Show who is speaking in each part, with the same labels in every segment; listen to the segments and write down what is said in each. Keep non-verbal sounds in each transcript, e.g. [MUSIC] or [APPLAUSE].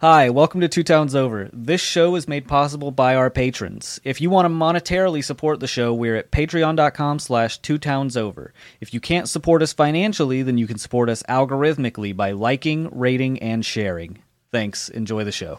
Speaker 1: Hi, welcome to Two Towns Over. This show is made possible by our patrons. If you want to monetarily support the show, we're at patreon.com slash two towns over. If you can't support us financially, then you can support us algorithmically by liking, rating, and sharing. Thanks. Enjoy the show.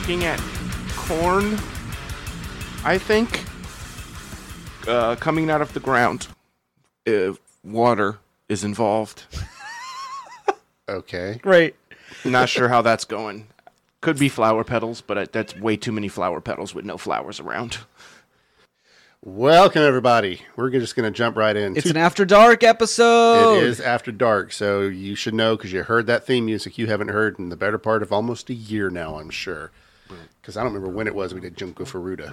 Speaker 2: looking at corn, I think, uh, coming out of the ground. If water is involved.
Speaker 3: Okay.
Speaker 1: Great.
Speaker 2: Not sure how that's going. Could be flower petals, but I- that's way too many flower petals with no flowers around.
Speaker 3: Welcome everybody. We're g- just going to jump right in.
Speaker 1: It's an After Dark episode.
Speaker 3: it is after dark, so you should know because you heard that theme music you haven't heard in the better part of almost a year now, I'm sure. Because I don't remember when it was we did Junko Furuta.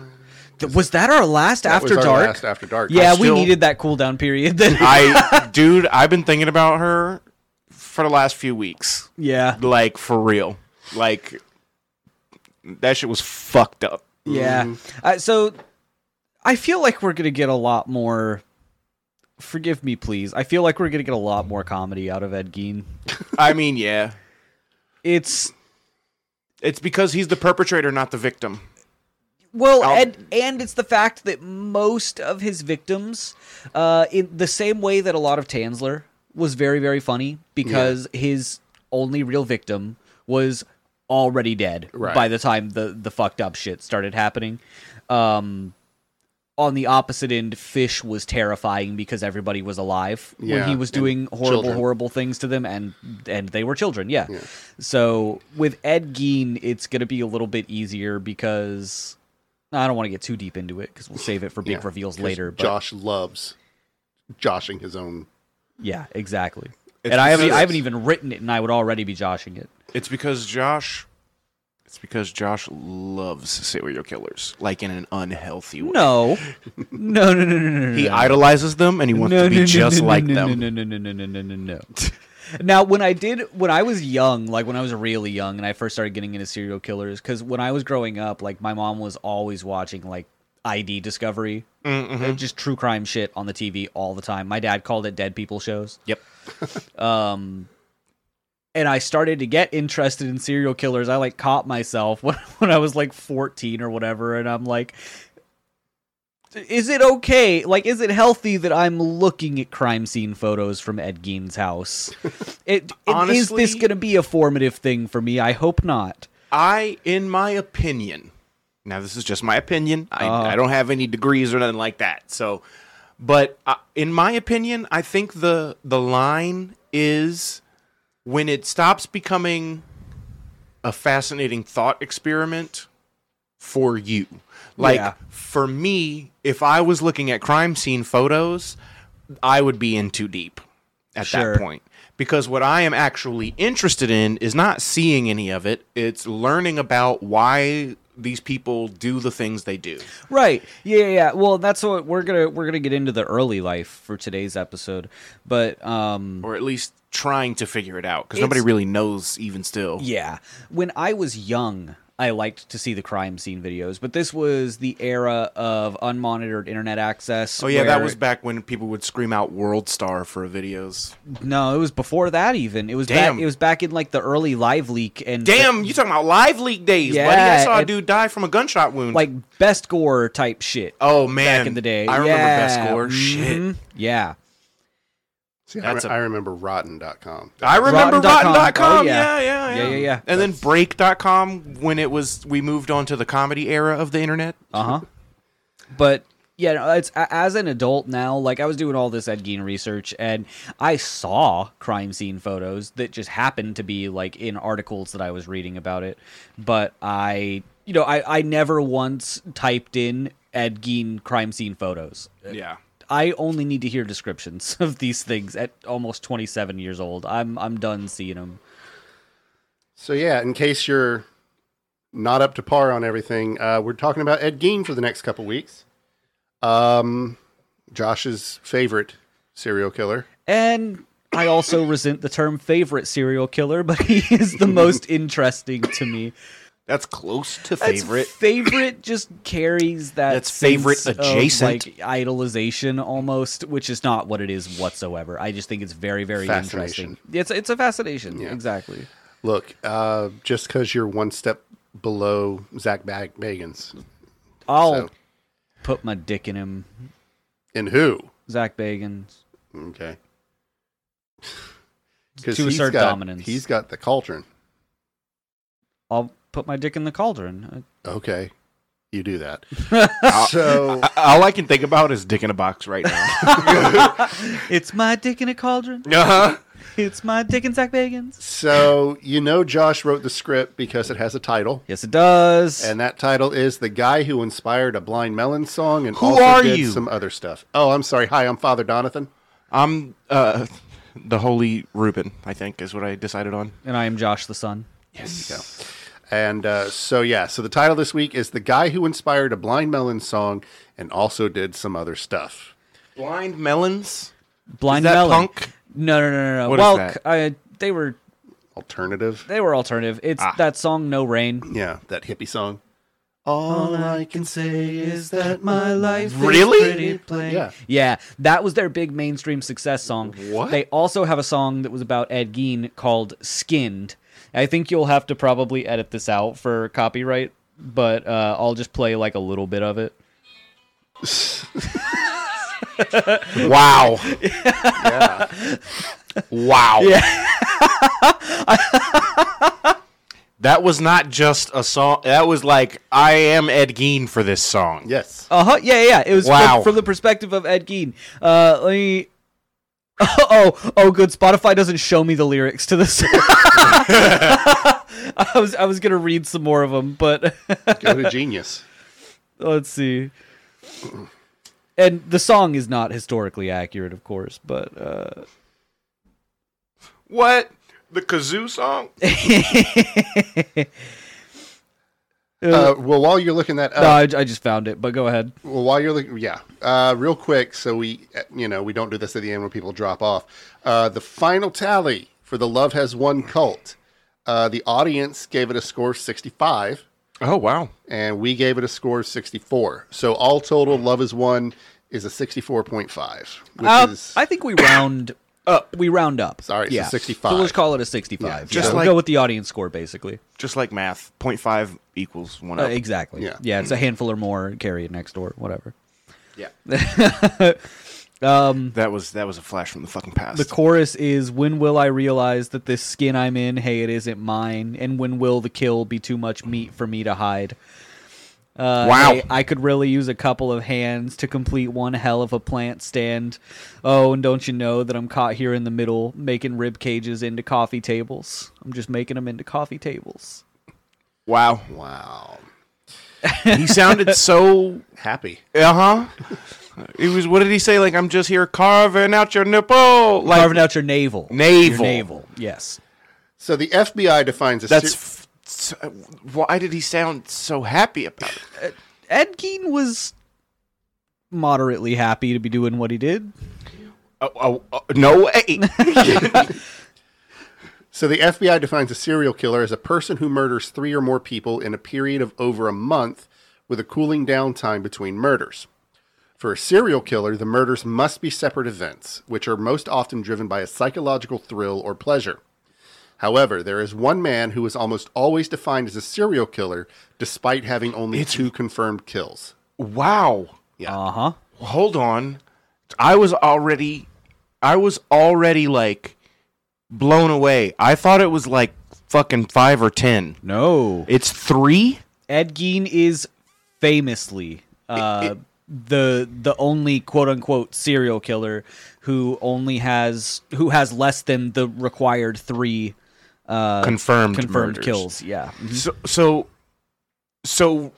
Speaker 1: Th- Was that our last
Speaker 3: That
Speaker 1: After
Speaker 3: was our
Speaker 1: Dark?
Speaker 3: last after dark.
Speaker 1: yeah,
Speaker 3: I
Speaker 1: we
Speaker 2: still-
Speaker 1: needed that cooldown period. [LAUGHS] Then.
Speaker 2: I, dude, I've been thinking about her for the last few weeks.
Speaker 1: yeah.
Speaker 2: Like, for real. Like, that shit was fucked up.
Speaker 1: Yeah. Uh, so I feel like we're going to get a lot more. Forgive me, please. I feel like we're going to get a lot more comedy out of Ed Gein.
Speaker 2: I mean, yeah.
Speaker 1: It's.
Speaker 2: It's because he's the perpetrator, not the victim.
Speaker 1: Well,
Speaker 2: I'll-
Speaker 1: and and it's the fact that most of his victims, uh, in the same way that a lot of Tansler was very very funny because his only real victim was already dead
Speaker 3: Right.
Speaker 1: by the time the the fucked up shit started happening. Um, on the opposite end, Fish was terrifying because everybody was alive
Speaker 3: Yeah,
Speaker 1: when he was
Speaker 3: and
Speaker 1: doing horrible
Speaker 3: children.
Speaker 1: horrible things to them, and and they were children. Yeah. So with Ed Gein, it's gonna be a little bit easier because I don't want to get too deep into it because we'll save it for big
Speaker 3: Yeah,
Speaker 1: reveals
Speaker 3: 'cause
Speaker 1: later. But
Speaker 3: Josh loves joshing his own.
Speaker 1: yeah, exactly.
Speaker 2: It's
Speaker 1: and I haven't
Speaker 2: because-
Speaker 1: I haven't even written it, and I would already be joshing it.
Speaker 2: It's because Josh. It's because Josh loves serial killers, like in an unhealthy way.
Speaker 1: No, no, no, no, no, no, no.
Speaker 2: He
Speaker 1: no.
Speaker 2: idolizes them and he wants to be just like them.
Speaker 1: No, no, no, no, no, no, no, no. Now, when I did, when I was young, like when I was really young, and I first started getting into serial killers, because when I was growing up, like my mom was always watching like ID Discovery,
Speaker 2: Mm-hmm.
Speaker 1: Uh, just true crime shit on the TV all the time. My dad called it dead people shows, [LAUGHS] Um,
Speaker 2: Yep.
Speaker 1: and I started to get interested in serial killers. I like caught myself [LAUGHS] when when I was like fourteen or whatever, and I'm like. Is it okay? Like, is it healthy that I'm looking at crime scene photos from Ed Gein's
Speaker 2: [LAUGHS]
Speaker 1: house? It, it- is this
Speaker 2: Honestly-
Speaker 1: going to be a formative thing for me? I hope not.
Speaker 2: I, in my opinion, now this is just my opinion. I,
Speaker 1: Uh-huh.
Speaker 2: I don't have any degrees or nothing like that. So, but uh, in my opinion, I think the the line is when it stops becoming a fascinating thought experiment for you. Like
Speaker 1: Yeah.
Speaker 2: for me, if I was looking at crime scene photos, I would be in too deep at
Speaker 1: Sure.
Speaker 2: that point. Because what I am actually interested in is not seeing any of it, it's learning about why these people do the things they do.
Speaker 1: Right. Yeah, yeah, yeah. Well, that's what we're going to we're going to get into the early life for today's episode. But um
Speaker 2: Or at least trying to figure it out. Because
Speaker 1: It's-
Speaker 2: nobody really knows even still.
Speaker 1: yeah, when I was young, I liked to see the crime scene videos, but this was the era of unmonitored internet access.
Speaker 2: Oh yeah, that
Speaker 1: where-
Speaker 2: was back when people would scream out "World Star" for videos.
Speaker 1: No, it was before that even. It was
Speaker 2: Damn.
Speaker 1: back it was back in like the early live leak and
Speaker 2: Damn, you talking about live leak days, buddy?
Speaker 1: Yeah,
Speaker 2: I saw a
Speaker 1: it-
Speaker 2: dude die from a gunshot wound.
Speaker 1: like best gore type shit
Speaker 2: oh man,
Speaker 1: back in the day.
Speaker 2: I remember
Speaker 1: yeah.
Speaker 2: best score. Shit,
Speaker 1: mhm, Yeah.
Speaker 3: See, I,
Speaker 2: That's
Speaker 3: re-
Speaker 2: a-
Speaker 3: I remember rotten.com.
Speaker 2: I remember
Speaker 1: Rotten.com.
Speaker 2: Rotten.com.
Speaker 1: Oh, yeah.
Speaker 2: yeah. yeah, yeah,
Speaker 1: Yeah, yeah, yeah.
Speaker 2: And then Break.com when it was we moved on to the comedy era of the internet.
Speaker 1: Uh huh. But yeah, no, it's a- as an adult now. Like I was doing all this Ed Gein research, and I saw crime scene photos that just happened to be like in articles that I was reading about it. But I, you know, I I never once typed in Ed Gein crime scene photos.
Speaker 2: Yeah.
Speaker 1: I only need to hear descriptions [LAUGHS] of these things at almost 27 years old. I'm I'm done seeing them.
Speaker 3: So yeah, in case you're not up to par on everything. Uh, we're talking about Ed Gein for the next couple weeks. Um, Josh's favorite serial killer.
Speaker 1: And I also resent the term favorite serial killer, but he is the most interesting to me.
Speaker 2: That's close to
Speaker 1: That's-
Speaker 2: favorite.
Speaker 1: favorite just carries that
Speaker 2: That's favorite
Speaker 1: sense of,
Speaker 2: adjacent.
Speaker 1: like idolization almost, which is not what it is whatsoever. I just think it's very, very
Speaker 3: Fascination.
Speaker 1: interesting. It's it's a fascination, exactly.
Speaker 3: Look, uh, just because you're one step below Zach Bag- Bagans,
Speaker 1: I'll
Speaker 3: So-
Speaker 1: put my dick in him,
Speaker 3: and who?
Speaker 1: Zach Bagans.
Speaker 3: Okay,
Speaker 1: [LAUGHS] To
Speaker 3: he's
Speaker 1: assert
Speaker 3: got-
Speaker 1: dominance,
Speaker 3: He's got the cauldron.
Speaker 1: I'll put my dick in the cauldron.
Speaker 3: Okay, you
Speaker 1: [LAUGHS]
Speaker 3: do that. so
Speaker 2: I- All I can think about is dick in a box right now.
Speaker 1: It's my dick in a cauldron.
Speaker 2: uh-huh.
Speaker 1: It's my dick in Zach Bagans.
Speaker 3: So you know Josh wrote the script because it has a title,
Speaker 1: Yes, it does.
Speaker 3: and that title is "The Guy Who Inspired a Blind Melon Song" and
Speaker 2: Who
Speaker 3: also
Speaker 2: are
Speaker 3: did
Speaker 2: you?
Speaker 3: some other stuff. Oh, I'm sorry. Hi, I'm Father Donathan.
Speaker 2: I'm uh, the Holy Reuben, I think, is what I decided on.
Speaker 1: and I am Josh the Sun.
Speaker 2: Yes.
Speaker 3: And uh, so yeah, so the title this week is "The Guy Who Inspired a Blind Melon Song and also did some other stuff."
Speaker 2: Blind melons.
Speaker 1: Blind
Speaker 2: that
Speaker 1: Melon.
Speaker 2: punk?
Speaker 1: No, no, no, no, no.
Speaker 2: What is
Speaker 1: well,
Speaker 2: that?
Speaker 1: c- I, they were
Speaker 3: Alternative,
Speaker 1: they were alternative. It's
Speaker 2: Ah.
Speaker 1: that song No Rain.
Speaker 3: yeah, that hippie song. All I can say is that
Speaker 1: my life
Speaker 2: is Really? pretty
Speaker 1: plain.
Speaker 3: Yeah.
Speaker 1: Yeah. yeah, that was their big mainstream success song.
Speaker 2: What?
Speaker 1: They also have a song that was about Ed Gein called Skinned. I think you'll have to probably edit this out for copyright, but uh, I'll just play like a little bit of it.
Speaker 2: Wow. Wow. [LAUGHS] that was not just a song. That was like, I am Ed Gein for this song.
Speaker 3: yes.
Speaker 1: Uh huh. Yeah, yeah. It was from-
Speaker 2: Wow.
Speaker 1: from, the perspective of Ed Gein. Uh, let me. [LAUGHS] Oh, oh, good. Spotify doesn't show me the lyrics to this. [LAUGHS] I was I was gonna read some more of them, but [LAUGHS]
Speaker 3: Go to
Speaker 2: [LAUGHS]
Speaker 3: Genius.
Speaker 1: let's see. And the song is not historically accurate, of course, but uh,
Speaker 2: What? The kazoo song?
Speaker 3: Uh, well, while you're looking that up,
Speaker 1: no, I, I just found it. But go ahead.
Speaker 3: Well, while you're looking, yeah, uh, real quick, so we, uh, you know, we don't do this at the end when people drop off. Uh, the final tally for the Love Has Won cult, uh, the audience gave it a score of 65,
Speaker 2: [LAUGHS] Oh, wow.
Speaker 3: and we gave it a score of 64. So all total, Love Has Won is a 64.5, which
Speaker 1: Uh,
Speaker 3: is
Speaker 1: I think we round up. We round up.
Speaker 3: Sorry, it's a
Speaker 1: yeah.
Speaker 3: 65.
Speaker 1: So let's call it a sixty-five.
Speaker 3: Yeah,
Speaker 2: just
Speaker 1: yeah. We'll
Speaker 2: like-
Speaker 1: go with the audience score, basically.
Speaker 2: Just like math, 0.5 equals 1
Speaker 1: Uh,
Speaker 2: up.
Speaker 1: exactly.
Speaker 3: Yeah.
Speaker 1: Yeah. it's a handful or more. Carry it next door, whatever.
Speaker 2: That was that was a flash from the fucking past.
Speaker 1: The chorus is When will I realize that this skin I'm in, hey, it isn't mine? And when will the kill be too much meat for me to hide? Uh,
Speaker 2: Wow.
Speaker 1: hey, I could really use a couple of hands to complete one hell of a plant stand. Oh, and don't you know that I'm caught here in the middle making rib cages into coffee tables? I'm just making them into coffee tables.
Speaker 2: wow.
Speaker 3: [LAUGHS] wow,
Speaker 2: He sounded so
Speaker 3: happy.
Speaker 2: Uh huh. It was. What did he say? Like I'm just here carving out your nipple. Like
Speaker 1: Carving out your navel.
Speaker 2: Navel.
Speaker 1: Your navel, yes.
Speaker 3: So the FBI defines a
Speaker 2: that's.
Speaker 3: ser-
Speaker 2: F- s- why did he sound so happy about it?
Speaker 1: Ed Gein was moderately happy to be doing what he did.
Speaker 2: Oh, oh, oh, no way.
Speaker 3: So the FBI defines a serial killer as a person who murders three or more people in a period of over a month with a cooling down time between murders. For a serial killer, the murders must be separate events, which are most often driven by a psychological thrill or pleasure. However, there is one man who is almost always defined as a serial killer despite having only two confirmed kills.
Speaker 2: [LAUGHS] wow.
Speaker 1: Uh huh.
Speaker 2: Hold on. I was already. I was already like blown away. I thought it was like fucking five or ten.
Speaker 1: No.
Speaker 2: It's three.
Speaker 1: Ed Gein is famously uh, the the only quote unquote serial killer who only has who has less than the required three uh,
Speaker 2: confirmed
Speaker 1: confirmed
Speaker 2: murders.
Speaker 1: kills. Yeah.
Speaker 2: So, so, so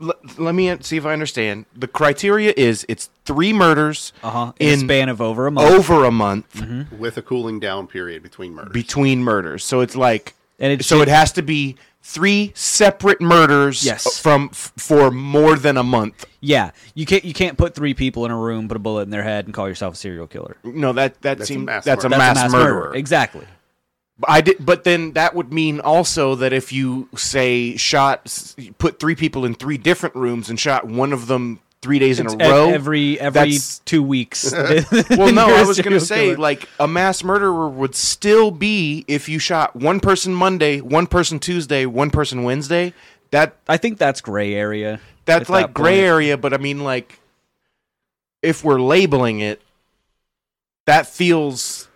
Speaker 2: l- let me see if I understand. The criteria is it's three murders
Speaker 1: Uh huh. In, a
Speaker 2: in Oh.
Speaker 1: span of over a month,
Speaker 2: over a month
Speaker 3: With a cooling down period between murders.
Speaker 2: between murders. So it's like,
Speaker 1: and it's
Speaker 2: so it has to be three separate murders
Speaker 1: Yes.
Speaker 2: from f- for more than a month.
Speaker 1: Yeah, you can't you can't put three people in a room, put a bullet in their head, and call yourself a serial killer.
Speaker 2: No, that that
Speaker 3: That's a
Speaker 2: seems
Speaker 3: mass
Speaker 2: that's a
Speaker 3: murder.
Speaker 2: mass, murderer.
Speaker 1: Exactly.
Speaker 2: But I did, but then that would mean also that if you say shot, s- put three people in three different rooms and shot one of them three days in
Speaker 1: It's
Speaker 2: a
Speaker 1: ev-
Speaker 2: row,
Speaker 1: E-, every every
Speaker 2: that's-
Speaker 1: two weeks. [LAUGHS]
Speaker 2: [LAUGHS] well, no,
Speaker 1: You're
Speaker 2: I
Speaker 1: a
Speaker 2: was gonna
Speaker 1: serial
Speaker 2: say
Speaker 1: killer.
Speaker 2: like a mass murderer would still be if you shot one person Monday, one person Tuesday, one person Wednesday. That
Speaker 1: I think that's gray area.
Speaker 2: that's
Speaker 1: at
Speaker 2: like
Speaker 1: that
Speaker 2: gray
Speaker 1: point.
Speaker 2: area, but I mean like if we're labeling it, that feels.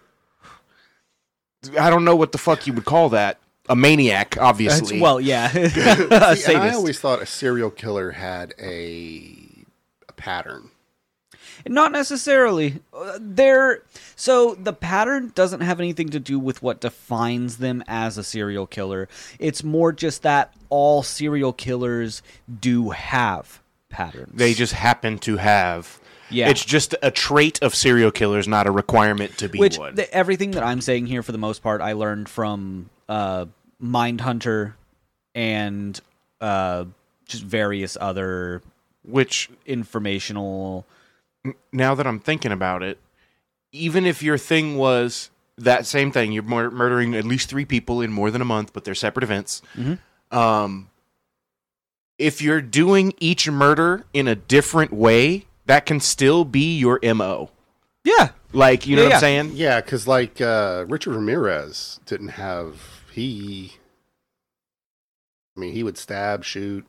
Speaker 2: I don't know what the fuck you would call that. A maniac,
Speaker 1: That's-
Speaker 2: obviously.
Speaker 1: well,
Speaker 2: [LAUGHS]
Speaker 1: yeah. [LAUGHS] A
Speaker 3: See, and I
Speaker 1: sadist.
Speaker 3: always thought a serial killer had a, a pattern.
Speaker 1: Not necessarily. Uh, They're so the pattern doesn't have anything to do with what defines them as a serial killer. It's more just that all serial killers do have patterns.
Speaker 2: they just happen to have.
Speaker 1: Yeah.
Speaker 2: It's just a trait of serial killers, not a requirement to be
Speaker 1: which
Speaker 2: one.
Speaker 1: th- everything that I'm saying here for the most part I learned from uh Mindhunter and uh just various other
Speaker 2: which,
Speaker 1: informational
Speaker 2: now that I'm thinking about it, even if your thing was that same thing, you're mur- murdering at least three people in more than a month, but they're separate events.
Speaker 1: Mhm.
Speaker 2: Um, if you're doing each murder in a different way, that can still be your mo.
Speaker 1: Yeah.
Speaker 2: Like you know
Speaker 1: Yeah,
Speaker 2: what I'm
Speaker 1: yeah.
Speaker 2: saying?
Speaker 3: Yeah, because like uh, Richard Ramirez didn't have he. I mean, he would stab, shoot.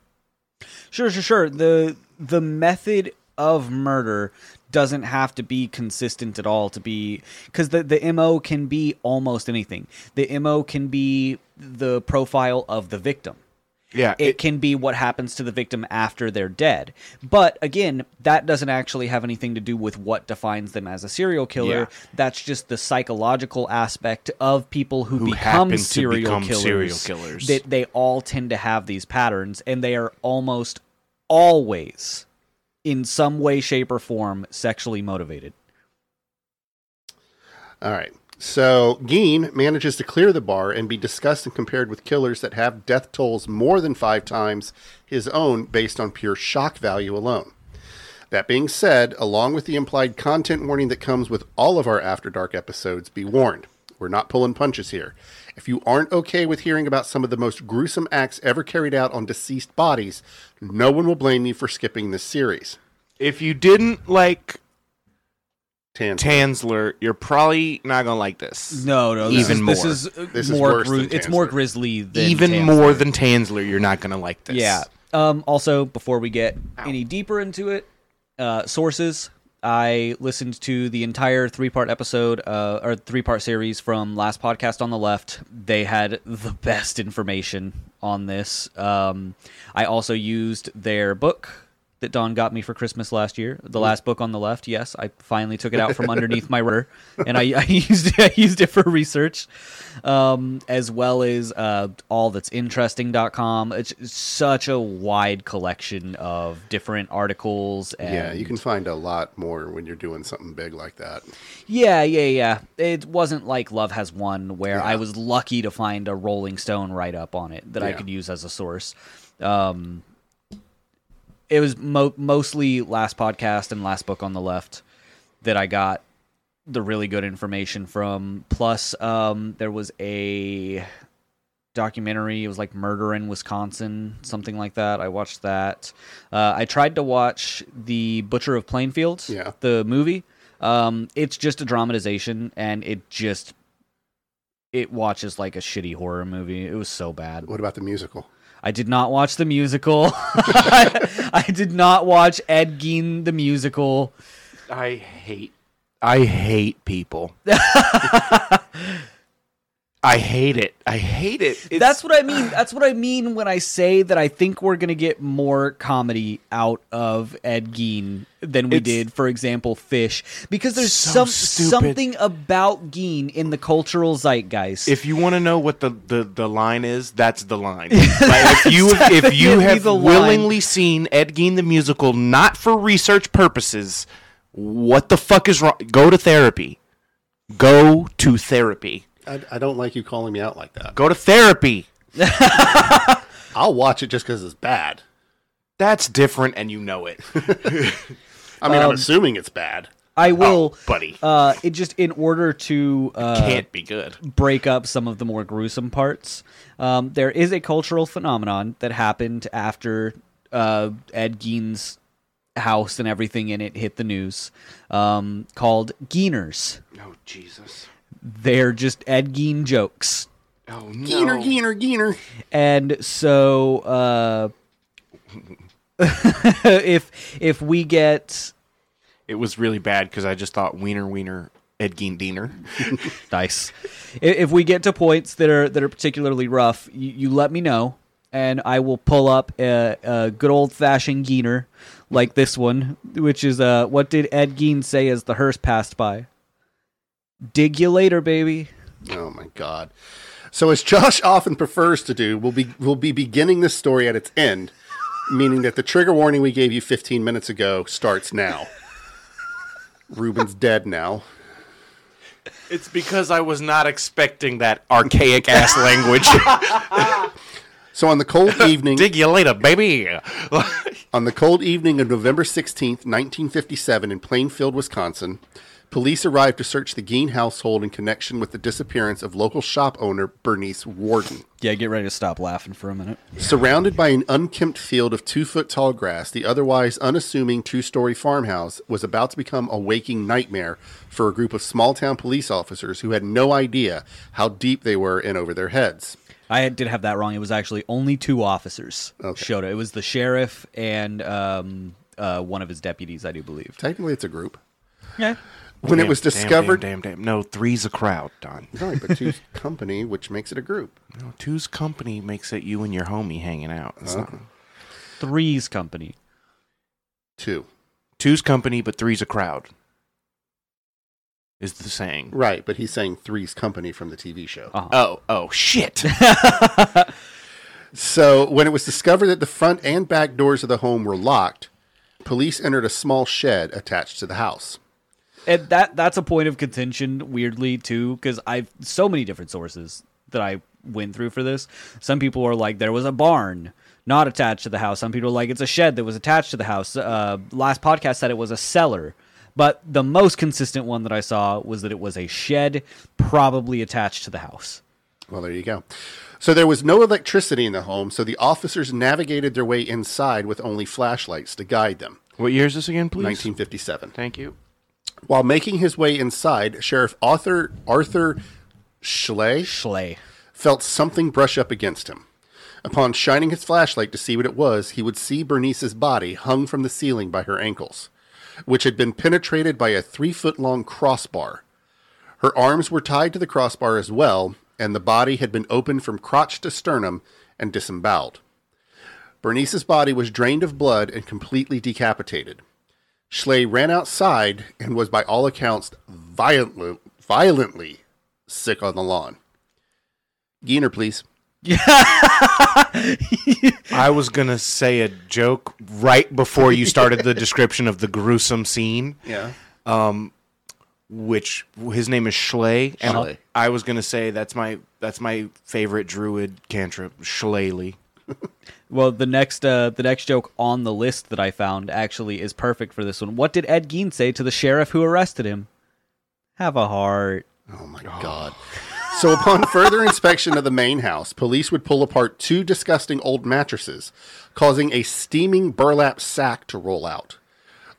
Speaker 1: Sure, sure, sure. The the method of murder doesn't have to be consistent at all to be because the, the MO can be almost anything. The MO can be the profile of the victim.
Speaker 2: Yeah.
Speaker 1: It can be what happens to the victim after they're dead. But again, that doesn't actually have anything to do with what defines them as a serial killer.
Speaker 2: Yeah.
Speaker 1: That's just the psychological aspect of people who,
Speaker 2: Who
Speaker 1: become
Speaker 2: happen to
Speaker 1: serial
Speaker 2: become
Speaker 1: killers.
Speaker 2: serial killers.
Speaker 1: That they all tend to have these patterns, and they are almost always, in some way, shape, or form, sexually motivated.
Speaker 3: All right. So Geen manages to clear the bar and be discussed and compared with killers that have death tolls more than five times his own based on pure shock value alone. That being said, along with the implied content warning that comes with all of our After Dark episodes, be warned. We're not pulling punches here. If you aren't okay with hearing about some of the most gruesome acts ever carried out on deceased bodies, no one will blame you for skipping this series.
Speaker 2: if you didn't like
Speaker 3: Tan.
Speaker 2: Tansler, you're probably not gonna like this.
Speaker 1: No, no,
Speaker 2: this Even
Speaker 1: this
Speaker 2: is-
Speaker 1: is
Speaker 2: this more.
Speaker 1: uh,
Speaker 2: is,
Speaker 3: This is
Speaker 1: more.
Speaker 3: worse than
Speaker 1: it's more
Speaker 3: Tansler.
Speaker 1: grisly than
Speaker 2: Even
Speaker 1: Tansler.
Speaker 2: more than Tansler, you're not gonna like this.
Speaker 1: Yeah. Um, also, before we get any deeper into it, uh, sources. I listened to the entire three-part episode uh, or three-part series from last podcast on the left. They had the [LAUGHS] best information on this. Um, I also used their book that Don got me for Christmas last year. The last book on the left. Yes, I finally took it out from underneath my rudder, and I, [LAUGHS] I used it, I used it for research um, as well as uh, all that's interesting.com. It's such a wide collection of different articles. And
Speaker 3: Yeah, you can find a lot more when you're doing something big like that.
Speaker 1: Yeah, yeah, yeah. It wasn't like Love Has One, where I was lucky to find a Rolling Stone write up on it that I
Speaker 3: Yeah.
Speaker 1: could use as a source. Um, it was mo- mostly last podcast and last book on the left that I got the really good information from. Plus, um, there was a documentary. It was like Murder in Wisconsin, something like that. I watched that. Uh, I tried to watch The Butcher of Plainfield,
Speaker 3: Yeah.
Speaker 1: the movie. Um, it's just a dramatization, and it just it watches like a shitty horror movie. It was so bad.
Speaker 3: What about the musical?
Speaker 1: I did not watch the musical. [LAUGHS] I did not watch Ed Gein the musical.
Speaker 2: I hate I
Speaker 1: [LAUGHS]
Speaker 2: hate people. I hate it. I hate it. It's,
Speaker 1: That's what I
Speaker 2: [SIGHS]
Speaker 1: mean. That's what I mean when I say that I think we're gonna get more comedy out of Ed Gein than we
Speaker 2: It's-
Speaker 1: did, for example, Fish, because there's
Speaker 2: So
Speaker 1: some
Speaker 2: stupid.
Speaker 1: something about Gein in the cultural zeitgeist.
Speaker 2: if you want to know what the, the, the line is, that's
Speaker 1: [LAUGHS]
Speaker 2: the line. Like, if you if you
Speaker 1: definitely
Speaker 2: have
Speaker 1: the line.
Speaker 2: willingly seen Ed Gein the musical not for research purposes, what the fuck is wrong? Go to therapy. Go to therapy.
Speaker 3: I, I don't like you calling me out like that.
Speaker 2: Go to therapy.
Speaker 3: I'll watch it just because it's bad.
Speaker 2: That's different, and you know it,
Speaker 1: Uh,
Speaker 3: I mean, I'm assuming it's bad.
Speaker 1: I will,
Speaker 2: Oh, buddy.
Speaker 1: uh, it just in order to uh,
Speaker 2: Can't be good.
Speaker 1: break up some of the more gruesome parts. Um, there is a cultural phenomenon that happened after uh, Ed Gein's house and everything in it hit the news um, called Geiners.
Speaker 2: Oh Jesus.
Speaker 1: They're just Ed Gein jokes.
Speaker 2: Oh no.
Speaker 3: Geener, geener, geener.
Speaker 1: And so uh, [LAUGHS] if if we get
Speaker 2: It was really bad because I just thought Wiener Wiener Ed Gein Diener.
Speaker 1: Nice. I- If we get to points that are that are particularly rough, you, you let me know, and I will pull up a, a good old fashioned geener like this one, which is uh, what did Ed Gein say as the hearse passed by? Dig you later, baby.
Speaker 3: Oh my god. So as Josh [LAUGHS] often prefers to do, we'll be we'll be beginning this story at its end, meaning that the trigger warning we gave you 15 minutes ago starts now. Ruben's dead now.
Speaker 2: It's because I was not expecting that archaic [LAUGHS] ass language.
Speaker 3: So on the cold evening
Speaker 2: Dig you later, baby.
Speaker 3: On the cold evening of November 16th, 1957, in Plainfield, Wisconsin, police arrived to search the Gein household in connection with the disappearance of local shop owner Bernice Warden.
Speaker 1: Yeah, get ready to stop laughing for a minute.
Speaker 3: Surrounded by an unkempt field of two foot tall grass, the otherwise unassuming two story farmhouse was about to become a waking nightmare for a group of small town police officers who had no idea how deep they were in over their heads.
Speaker 1: I did have that wrong. It was actually only two officers showed it. It was the sheriff and um, uh, one of his deputies, I do believe.
Speaker 3: Technically, it's a group.
Speaker 1: Yeah.
Speaker 3: When it
Speaker 2: Damn,
Speaker 3: was
Speaker 2: damn,
Speaker 3: discovered,
Speaker 2: Damn, damn, damn. No, three's a crowd, Don.
Speaker 3: Right, but two's company, which makes it a group.
Speaker 2: No, two's company makes it you and your homie hanging out. It's not-
Speaker 3: Uh-huh.
Speaker 1: Three's company.
Speaker 3: Two.
Speaker 2: Two's company, but three's a crowd. Is the saying.
Speaker 3: Right, but he's saying Three's Company from the TV show.
Speaker 1: Uh-huh.
Speaker 2: Oh, oh,
Speaker 3: [LAUGHS]
Speaker 2: shit.
Speaker 3: So when it was discovered that the front and back doors of the home were locked, police entered a small shed attached to the house.
Speaker 1: and that that's a point of contention weirdly too because i've so many different sources that i went through for this some people are like there was a barn not attached to the house some people are like it's a shed that was attached to the house uh, last podcast said it was a cellar but the most consistent one that i saw was that it was a shed probably attached to the house
Speaker 3: Well, there you go. So there was no electricity in the home, so the officers navigated their way inside with only flashlights to guide them.
Speaker 2: what year is this again, please?
Speaker 3: 1957.
Speaker 2: Thank you.
Speaker 3: While making his way inside, Sheriff Arthur Arthur Schley
Speaker 1: schley
Speaker 3: felt something brush up against him. Upon shining his flashlight to see what it was, he would see Bernice's body hung from the ceiling by her ankles, which had been penetrated by a three foot long crossbar. Her arms were tied to the crossbar as well, and the body had been opened from crotch to sternum and disemboweled. Bernice's body was drained of blood and completely decapitated. Schley ran outside and was, by all accounts, violently, violently sick on the lawn. Geener, please.
Speaker 2: I was going to say a joke right before you started the description of the gruesome scene,
Speaker 3: Yeah.
Speaker 2: which his name is Schley. And
Speaker 3: Schley.
Speaker 2: I was going to say that's my that's my favorite druid cantrip, Schleyly.
Speaker 1: well the next uh, the next joke on the list that i found actually is perfect for this one what did ed gein say to the sheriff who arrested him have a heart
Speaker 3: Oh my god. So upon further inspection of the main house, police would pull apart two disgusting old mattresses, causing a steaming burlap sack to roll out.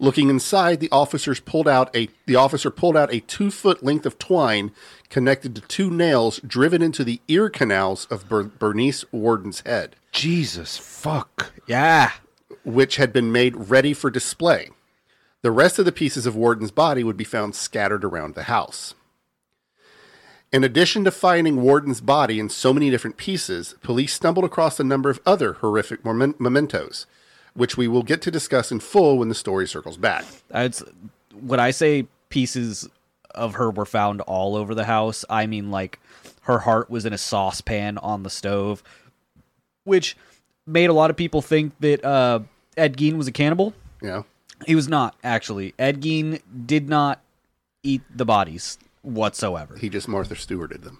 Speaker 3: Looking inside, the officers pulled out a the officer pulled out a 2-foot length of twine connected to two nails driven into the ear canals of Ber- Bernice Warden's head,
Speaker 2: Jesus fuck.
Speaker 1: yeah
Speaker 3: which had been made ready for display. The rest of the pieces of Warden's body would be found scattered around the house. In addition to finding Warden's body in so many different pieces, police stumbled across a number of other horrific momen- mementos, which we will get to discuss in full when the story circles back.
Speaker 1: It's when I say pieces of her were found all over the house. I mean, like her heart was in a saucepan on the stove, which made a lot of people think that uh, Ed Gein was a cannibal.
Speaker 3: You know,
Speaker 1: He was not actually. Ed Gein did not eat the bodies whatsoever.
Speaker 3: he just Martha Stewarted them.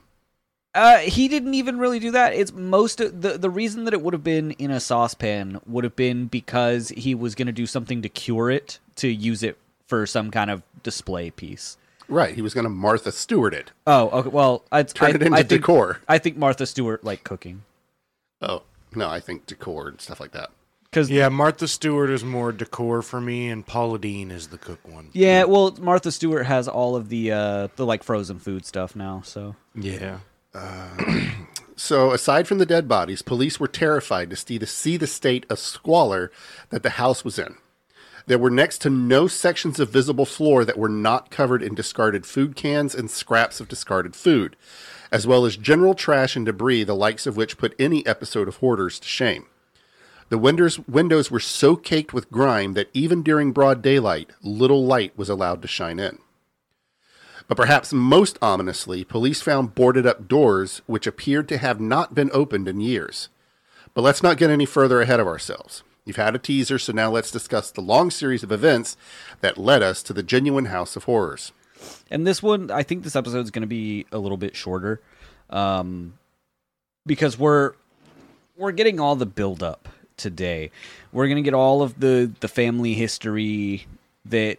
Speaker 1: Uh, he didn't even really do that. It's most of- the the reason that it would have been in a saucepan would have been because he was going to do something to cure it to use it for some kind of display piece.
Speaker 3: Right. He was going to Martha Stewart it.
Speaker 1: Oh, okay. Well, I,
Speaker 3: Turn
Speaker 1: I-
Speaker 3: it into
Speaker 1: I think,
Speaker 3: decor.
Speaker 1: I think Martha Stewart liked cooking
Speaker 3: Oh, no, I think decor and stuff like that.
Speaker 1: because
Speaker 2: Yeah, Martha Stewart is more decor for me, and Paula Dean is the cook one.
Speaker 1: yeah. Well, Martha Stewart has all of the uh the like frozen food stuff now. So
Speaker 2: Yeah.
Speaker 3: So, aside from the dead bodies, police were terrified to see the, see the state of squalor that the house was in. There were next to no sections of visible floor that were not covered in discarded food cans and scraps of discarded food, as well as general trash and debris, the likes of which put any episode of Hoarders to shame. The windows, windows were so caked with grime that even during broad daylight, little light was allowed to shine in. But perhaps most ominously, police found boarded up doors which appeared to have not been opened in years. But let's not get any further ahead of ourselves. You've had a teaser, so now let's discuss the long series of events that led us to the genuine House of Horrors.
Speaker 1: And this one, I think this episode is going to be a little bit shorter, um, because we're we're getting all the build up today. We're going to get all of the the family history that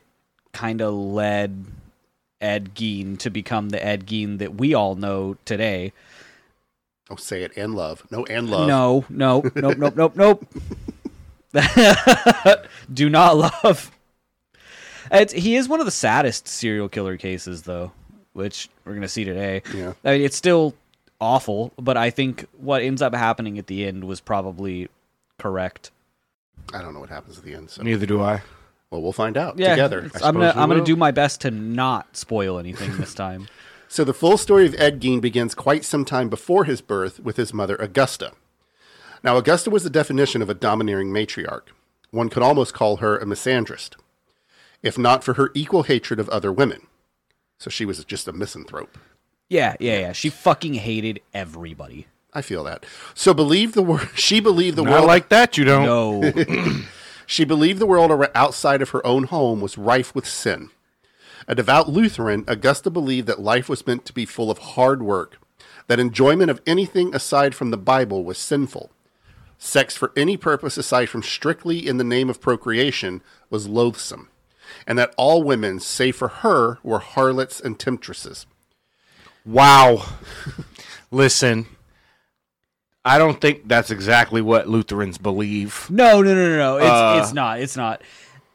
Speaker 1: kind of led Ed Gein to become the Ed Gein that we all know today.
Speaker 3: Oh, say it and love. No, and love.
Speaker 1: No, no, nope, nope, nope, [LAUGHS] nope. Do not love. It's, he is one of the saddest serial killer cases, though, which we're gonna see today.
Speaker 3: Yeah.
Speaker 1: I mean, it's still awful, but I think what ends up happening at the end was probably correct.
Speaker 3: I don't know what happens at the end. So,
Speaker 2: Neither do I.
Speaker 3: well, we'll find out
Speaker 1: Yeah,
Speaker 3: together.
Speaker 1: it's-
Speaker 3: I
Speaker 1: I'm gonna
Speaker 3: suppose we
Speaker 1: I'm gonna
Speaker 3: will.
Speaker 1: do my best to not spoil anything this
Speaker 3: [LAUGHS]
Speaker 1: time.
Speaker 3: So the full story of Ed Gein begins quite some time before his birth with his mother Augusta. Now Augusta was the definition of a domineering matriarch. One could almost call her a misandrist, if not for her equal hatred of other women. So she was just a misanthrope.
Speaker 1: yeah, yeah, yeah. She fucking hated everybody.
Speaker 3: I feel that. So believe the world. [LAUGHS] She believed the
Speaker 2: I
Speaker 3: world.
Speaker 2: like that. You don't.
Speaker 3: [LAUGHS]
Speaker 1: No,
Speaker 3: She believed the world ar- outside of her own home was rife with sin. A devout Lutheran, Augusta believed that life was meant to be full of hard work, that enjoyment of anything aside from the Bible was sinful. Sex for any purpose aside from strictly in the name of procreation was loathsome, and that all women, save for her, were harlots and temptresses.
Speaker 2: Wow. [LAUGHS] Listen, I don't think that's exactly what Lutherans believe.
Speaker 1: No, no, no, no, no. It's, it's not. It's not.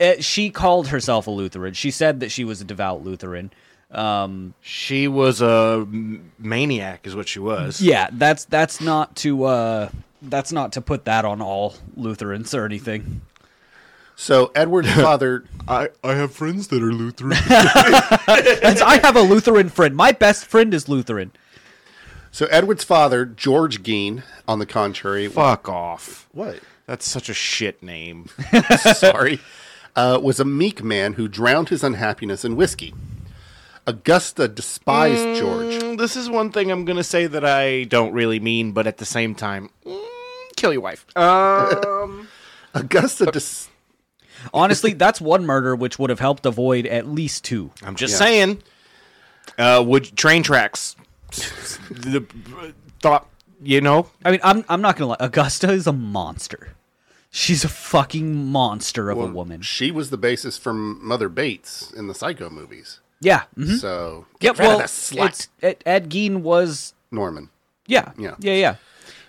Speaker 1: Uh she called herself a Lutheran. She said that she was a devout Lutheran. Um,
Speaker 2: She was a m- maniac, is what she was.
Speaker 1: yeah, that's that's not to uh, that's not to put that on all Lutherans or anything.
Speaker 3: So Edward's father, uh,
Speaker 2: I, I have friends that are Lutheran.
Speaker 1: That's, I have a Lutheran friend. My best friend is Lutheran.
Speaker 3: so Edward's father, George Gein, on the contrary,
Speaker 2: Fuck off.
Speaker 3: what?
Speaker 2: That's such a shit name.
Speaker 1: [LAUGHS]
Speaker 3: sorry, uh, was a meek man who drowned his unhappiness in whiskey. Augusta despised George.
Speaker 2: Mm, this is one thing I'm going to say that I don't really mean, but at the same time, mm, kill your wife. Um,
Speaker 3: Augusta des-
Speaker 1: Honestly, that's one murder which would have helped avoid at least two.
Speaker 2: [LAUGHS] I'm just saying. Uh, would train tracks. the thought, you know,
Speaker 1: I mean, I'm I'm not gonna lie. Augusta is a monster. She's a fucking monster of a woman.
Speaker 3: she was the basis for Mother Bates in the Psycho movies.
Speaker 1: Yeah. mhm.
Speaker 3: So
Speaker 1: Yeah.
Speaker 3: get rid
Speaker 1: Well,
Speaker 3: of that slut,
Speaker 1: it's, Ed, Ed Gein was
Speaker 3: Norman.
Speaker 1: Yeah.
Speaker 3: Yeah.
Speaker 1: Yeah. Yeah.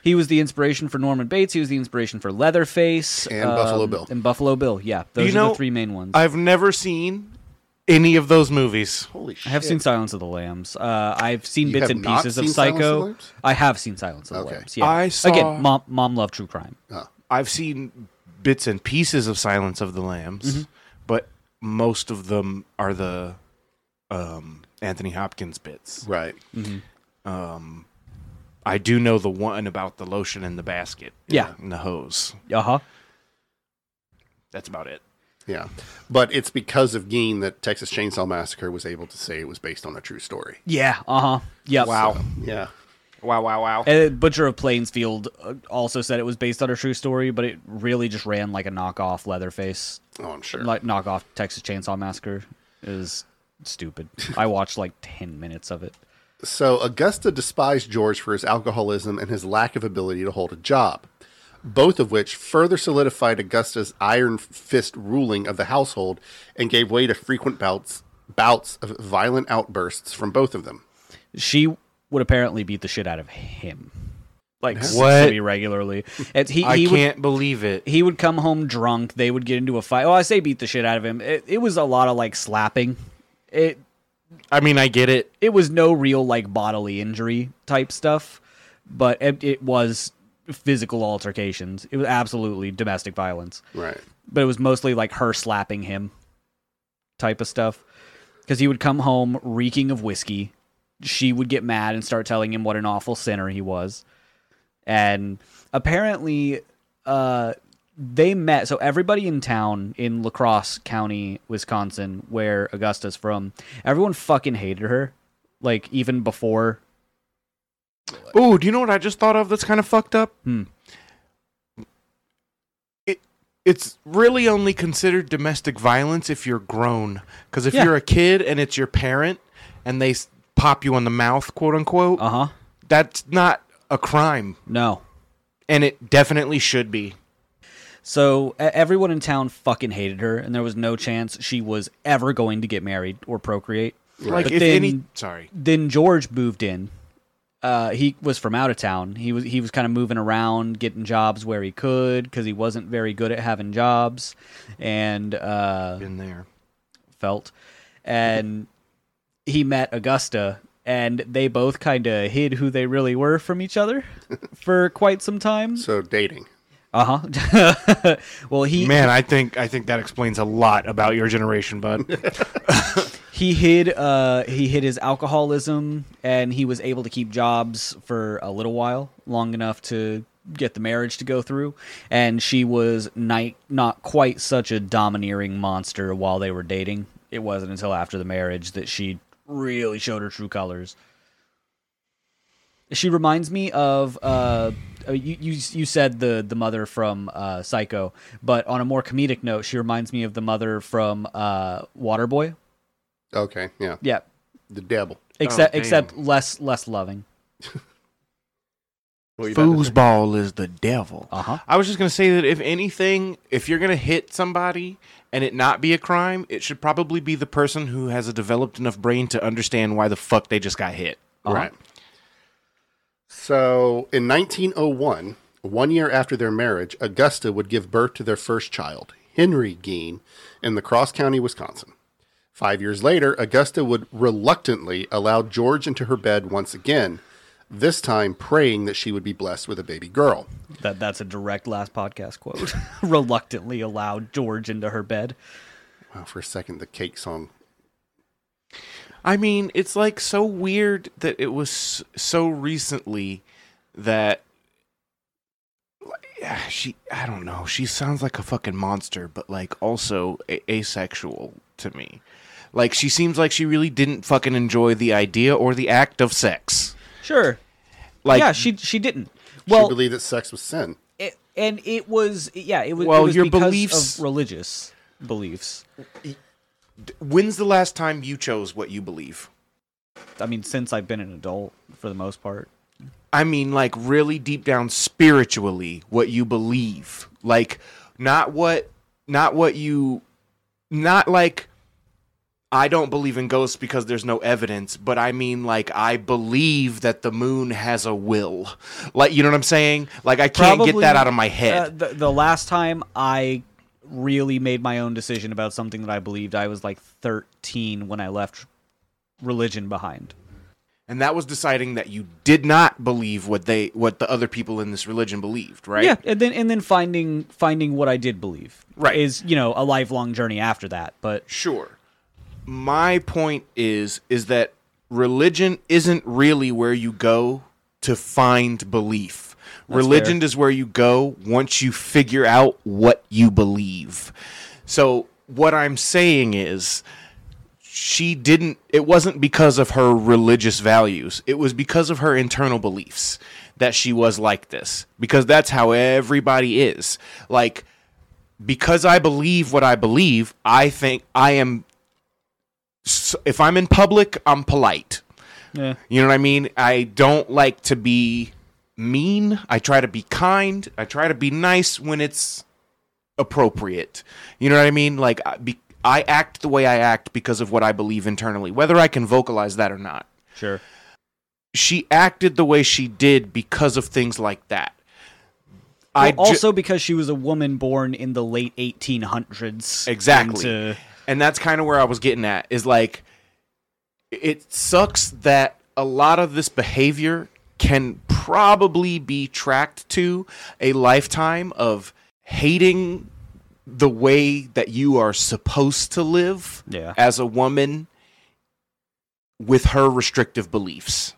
Speaker 1: He was the inspiration for Norman Bates. He was the inspiration for Leatherface um,
Speaker 3: And Buffalo Bill.
Speaker 1: And Buffalo Bill. Yeah. Those
Speaker 2: You
Speaker 1: are
Speaker 2: know,
Speaker 1: the three main ones. I,
Speaker 2: I've never seen any of those movies.
Speaker 3: Holy shit!
Speaker 1: have seen Silence of the Lambs. Uh, I've seen
Speaker 3: You
Speaker 1: bits
Speaker 3: have
Speaker 1: and
Speaker 3: not
Speaker 1: pieces of
Speaker 3: seen Silence of the
Speaker 1: Psycho.
Speaker 3: Lambs?
Speaker 1: I have seen Silence of the
Speaker 3: Okay.
Speaker 1: Lambs. Yeah.
Speaker 2: I saw-
Speaker 1: Again, mom, mom loved true crime.
Speaker 3: Oh,
Speaker 2: I've seen bits and pieces of Silence of the Lambs, but most of them are the um, Anthony Hopkins bits.
Speaker 3: right.
Speaker 2: I do know the one about the lotion in the basket.
Speaker 1: Yeah.
Speaker 2: And the hose.
Speaker 1: Uh huh.
Speaker 2: That's about it.
Speaker 3: Yeah, but it's because of Gein that Texas Chainsaw Massacre was able to say it was based on a true story.
Speaker 1: Yeah. Uh huh. Yeah.
Speaker 2: Wow.
Speaker 3: Yeah,
Speaker 2: Wow, wow, wow.
Speaker 1: And Uh, Butcher of Plainsfield uh, also said it was based on a true story, but it really just ran like a knockoff Leatherface,
Speaker 3: oh, I'm sure.
Speaker 1: like knockoff Texas Chainsaw Massacre. Is stupid. I watched like ten minutes of it.
Speaker 3: So Augusta despised George for his alcoholism and his lack of ability to hold a job, both of which further solidified Augusta's iron fist ruling of the household and gave way to frequent bouts bouts of violent outbursts from both of them.
Speaker 1: She would apparently beat the shit out of him, like seems
Speaker 2: What?
Speaker 1: to me regularly. And he,
Speaker 2: [LAUGHS] I
Speaker 1: he would,
Speaker 2: can't believe it.
Speaker 1: he would come home drunk. They would get into a fight. Oh, I say beat the shit out of him. It, it was a lot of like slapping. It
Speaker 2: I mean, I get it.
Speaker 1: it was no real like bodily injury type stuff, but it, it was physical altercations. It was absolutely domestic violence,
Speaker 3: Right.
Speaker 1: but it was mostly like her slapping him type of stuff. Because he would come home reeking of whiskey. She would get mad and start telling him what an awful sinner he was. And apparently, uh, they met. So everybody in town in La Crosse County, Wisconsin, where Augusta's from, everyone fucking hated her. Like even before,
Speaker 2: Oh, do you know what I just thought of? That's kind of fucked up.
Speaker 1: Hmm.
Speaker 2: It it's really only considered domestic violence if you're grown. Because if
Speaker 1: Yeah.
Speaker 2: you're a kid and it's your parent and they s- pop you on the mouth, quote unquote,
Speaker 1: uh huh,
Speaker 2: that's not a crime,
Speaker 1: no.
Speaker 2: and it definitely should be.
Speaker 1: So e- everyone in town fucking hated her, and there was no chance she was ever going to get married or procreate.
Speaker 2: Like
Speaker 1: But
Speaker 2: if
Speaker 1: then-
Speaker 2: any, sorry,
Speaker 1: then George moved in. Uh, he was from out of town. He was he was kind of moving around, getting jobs where he could because he wasn't very good at having jobs, and uh,
Speaker 2: been there.
Speaker 1: [LAUGHS] felt. And he met Augusta, and they both kind of hid who they really were from each
Speaker 2: [LAUGHS]
Speaker 1: other for quite some time.
Speaker 3: So dating.
Speaker 1: Uh huh. [LAUGHS] well, he
Speaker 2: Man, I think I think that explains a lot about your generation,
Speaker 1: [LAUGHS]
Speaker 2: bud.
Speaker 1: he hid uh he hid his alcoholism and he was able to keep jobs for a little while long enough to get the marriage to go through and she was ni- not quite such a domineering monster while they were dating it wasn't until after the marriage that she really showed her true colors she reminds me of uh uh, you, you you said the the mother from uh, Psycho, but on a more comedic note, she reminds me of the mother from uh, Waterboy.
Speaker 3: Okay. Yeah.
Speaker 1: Yeah,
Speaker 3: The devil.
Speaker 1: except
Speaker 2: Oh, damn.
Speaker 1: except less less loving.
Speaker 3: What were you about to say?
Speaker 2: Foosball is the devil.
Speaker 1: Uh huh.
Speaker 2: I was just gonna say that if anything, if you're gonna hit somebody and it not be a crime, it should probably be the person who has a developed enough brain to understand why the fuck they just got hit.
Speaker 3: Right. Uh-huh. So in 1901, one year after their marriage, Augusta would give birth to their first child, Henry Gein, in the Cross County, Wisconsin. Five years later, Augusta would reluctantly allow George into her bed once again, this time praying that she would be blessed with a baby girl.
Speaker 1: That that's a direct last podcast quote. [LAUGHS] Reluctantly allowed George into her bed.
Speaker 3: Wow, for a second, the cake song.
Speaker 2: I mean, it's like so weird that it was s- so recently that Yeah, [SIGHS] she I don't know. She sounds like a fucking monster, but like also a- asexual to me. Like she seems like she really didn't fucking enjoy the idea or the act of sex.
Speaker 1: Sure.
Speaker 2: Like
Speaker 1: yeah, she she didn't.
Speaker 3: she
Speaker 1: Well,
Speaker 3: believed that sex was sin.
Speaker 1: it, and it was yeah, it was it
Speaker 2: Well,
Speaker 1: was
Speaker 2: your
Speaker 1: because
Speaker 2: beliefs-
Speaker 1: of religious beliefs.
Speaker 2: When's the last time you chose what you believe?
Speaker 1: I mean, since I've been an adult for the most part.
Speaker 2: I mean, like, really deep down spiritually, what you believe. Like, not what, not what you, not like, I don't believe in ghosts because there's no evidence, but I mean, like, I believe that the moon has a will. Like, you know what I'm saying? Like, I can't get
Speaker 1: Probably,
Speaker 2: that out of my
Speaker 1: Uh,
Speaker 2: head.
Speaker 1: the, the last time I really made my own decision about something that I believed, I was like 13 when I left religion behind.
Speaker 2: and that was deciding that you did not believe what they, what the other people in this religion believed, right?
Speaker 1: Yeah, and then and then finding finding what I did believe
Speaker 2: Right.
Speaker 1: is you know a lifelong journey after that. But
Speaker 2: Sure. My point is is that religion isn't really where you go to find belief. religion is where you go once you figure out what you believe. So what I'm saying is she didn't it wasn't because of her religious values it was because of her internal beliefs that she was like this because that's how everybody is like because I believe what I believe, I think I am. s- If I'm in public, I'm polite.
Speaker 1: Yeah.
Speaker 2: You know what I mean? I don't like to be mean. I try to be kind. I try to be nice when it's appropriate. You know what I mean? Like I, be, I act the way I act because of what I believe internally, whether I can vocalize that or not.
Speaker 1: Sure.
Speaker 2: She acted the way she did because of things like that.
Speaker 1: I
Speaker 2: I ju-
Speaker 1: also because she was a woman born in the late 1800s.
Speaker 2: Exactly.
Speaker 1: into-
Speaker 2: and that's kind of where I was getting at is like it sucks that a lot of this behavior can probably be tracked to a lifetime of hating the way that you are supposed to live
Speaker 1: Yeah.
Speaker 2: as a woman with her restrictive beliefs.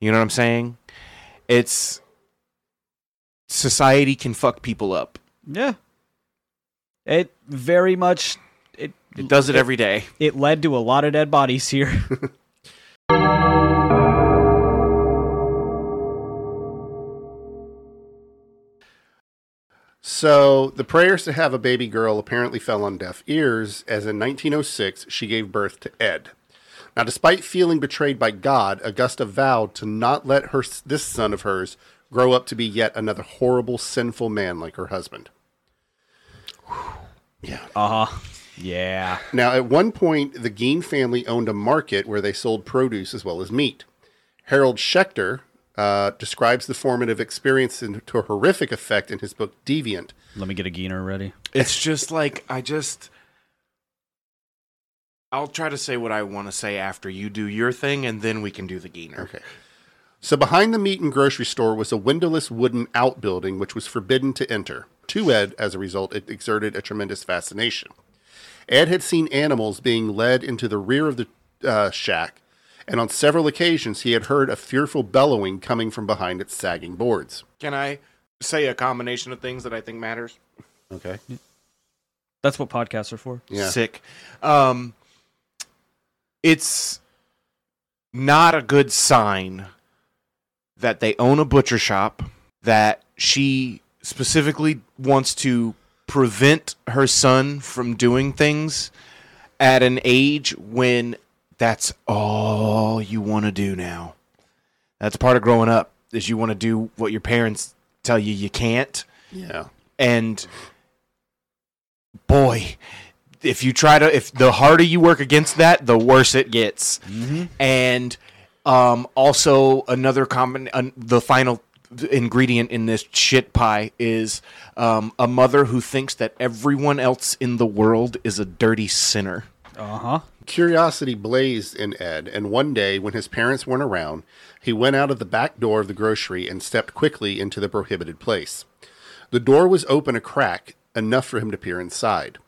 Speaker 2: You know what I'm saying? It's society can fuck people up.
Speaker 1: yeah. It very much it
Speaker 2: It does it every day.
Speaker 1: it led to a lot of dead bodies
Speaker 2: [LAUGHS]
Speaker 1: here.
Speaker 3: So the prayers to have a baby girl apparently fell on deaf ears, as in 1906 she gave birth to Ed. Now, despite feeling betrayed by God, Augusta vowed to not let her this son of hers grow up to be yet another horrible, sinful man like her husband.
Speaker 1: uh huh. Yeah.
Speaker 3: Now, at one point, the Gein family owned a market where they sold produce as well as meat. Harold Schechter uh, describes the formative experience in, to a horrific effect in his book Deviant.
Speaker 1: Let me get a geener ready.
Speaker 2: It's just like I just I'll try to say what I want to say after you do your thing and then we can do the gainer.
Speaker 3: Okay. So behind the meat and grocery store was a windowless wooden outbuilding which was forbidden to enter. To Ed, as a result, it exerted a tremendous fascination. Ed had seen animals being led into the rear of the uh, shack, and on several occasions he had heard a fearful bellowing coming from behind its sagging boards.
Speaker 2: Can I say a combination of things that I think matters?
Speaker 3: Okay.
Speaker 1: That's what podcasts are for.
Speaker 3: Yeah.
Speaker 2: Sick. Um it's not a good sign that they own a butcher shop that she specifically wants to prevent her son from doing things at an age when that's all you want to do now. That's part of growing up is you want to do what your parents tell you you can't
Speaker 3: Yeah.
Speaker 2: and boy if you try to if the harder you work against that the worse it gets and um also another common an the final ingredient in this shit pie is um, a mother who thinks that everyone else in the world is a dirty sinner
Speaker 1: Uh huh.
Speaker 3: Curiosity blazed in Ed, and one day, when his parents weren't around, he went out of the back door of the grocery and stepped quickly into the prohibited place. The door was open a crack, enough for him to peer inside.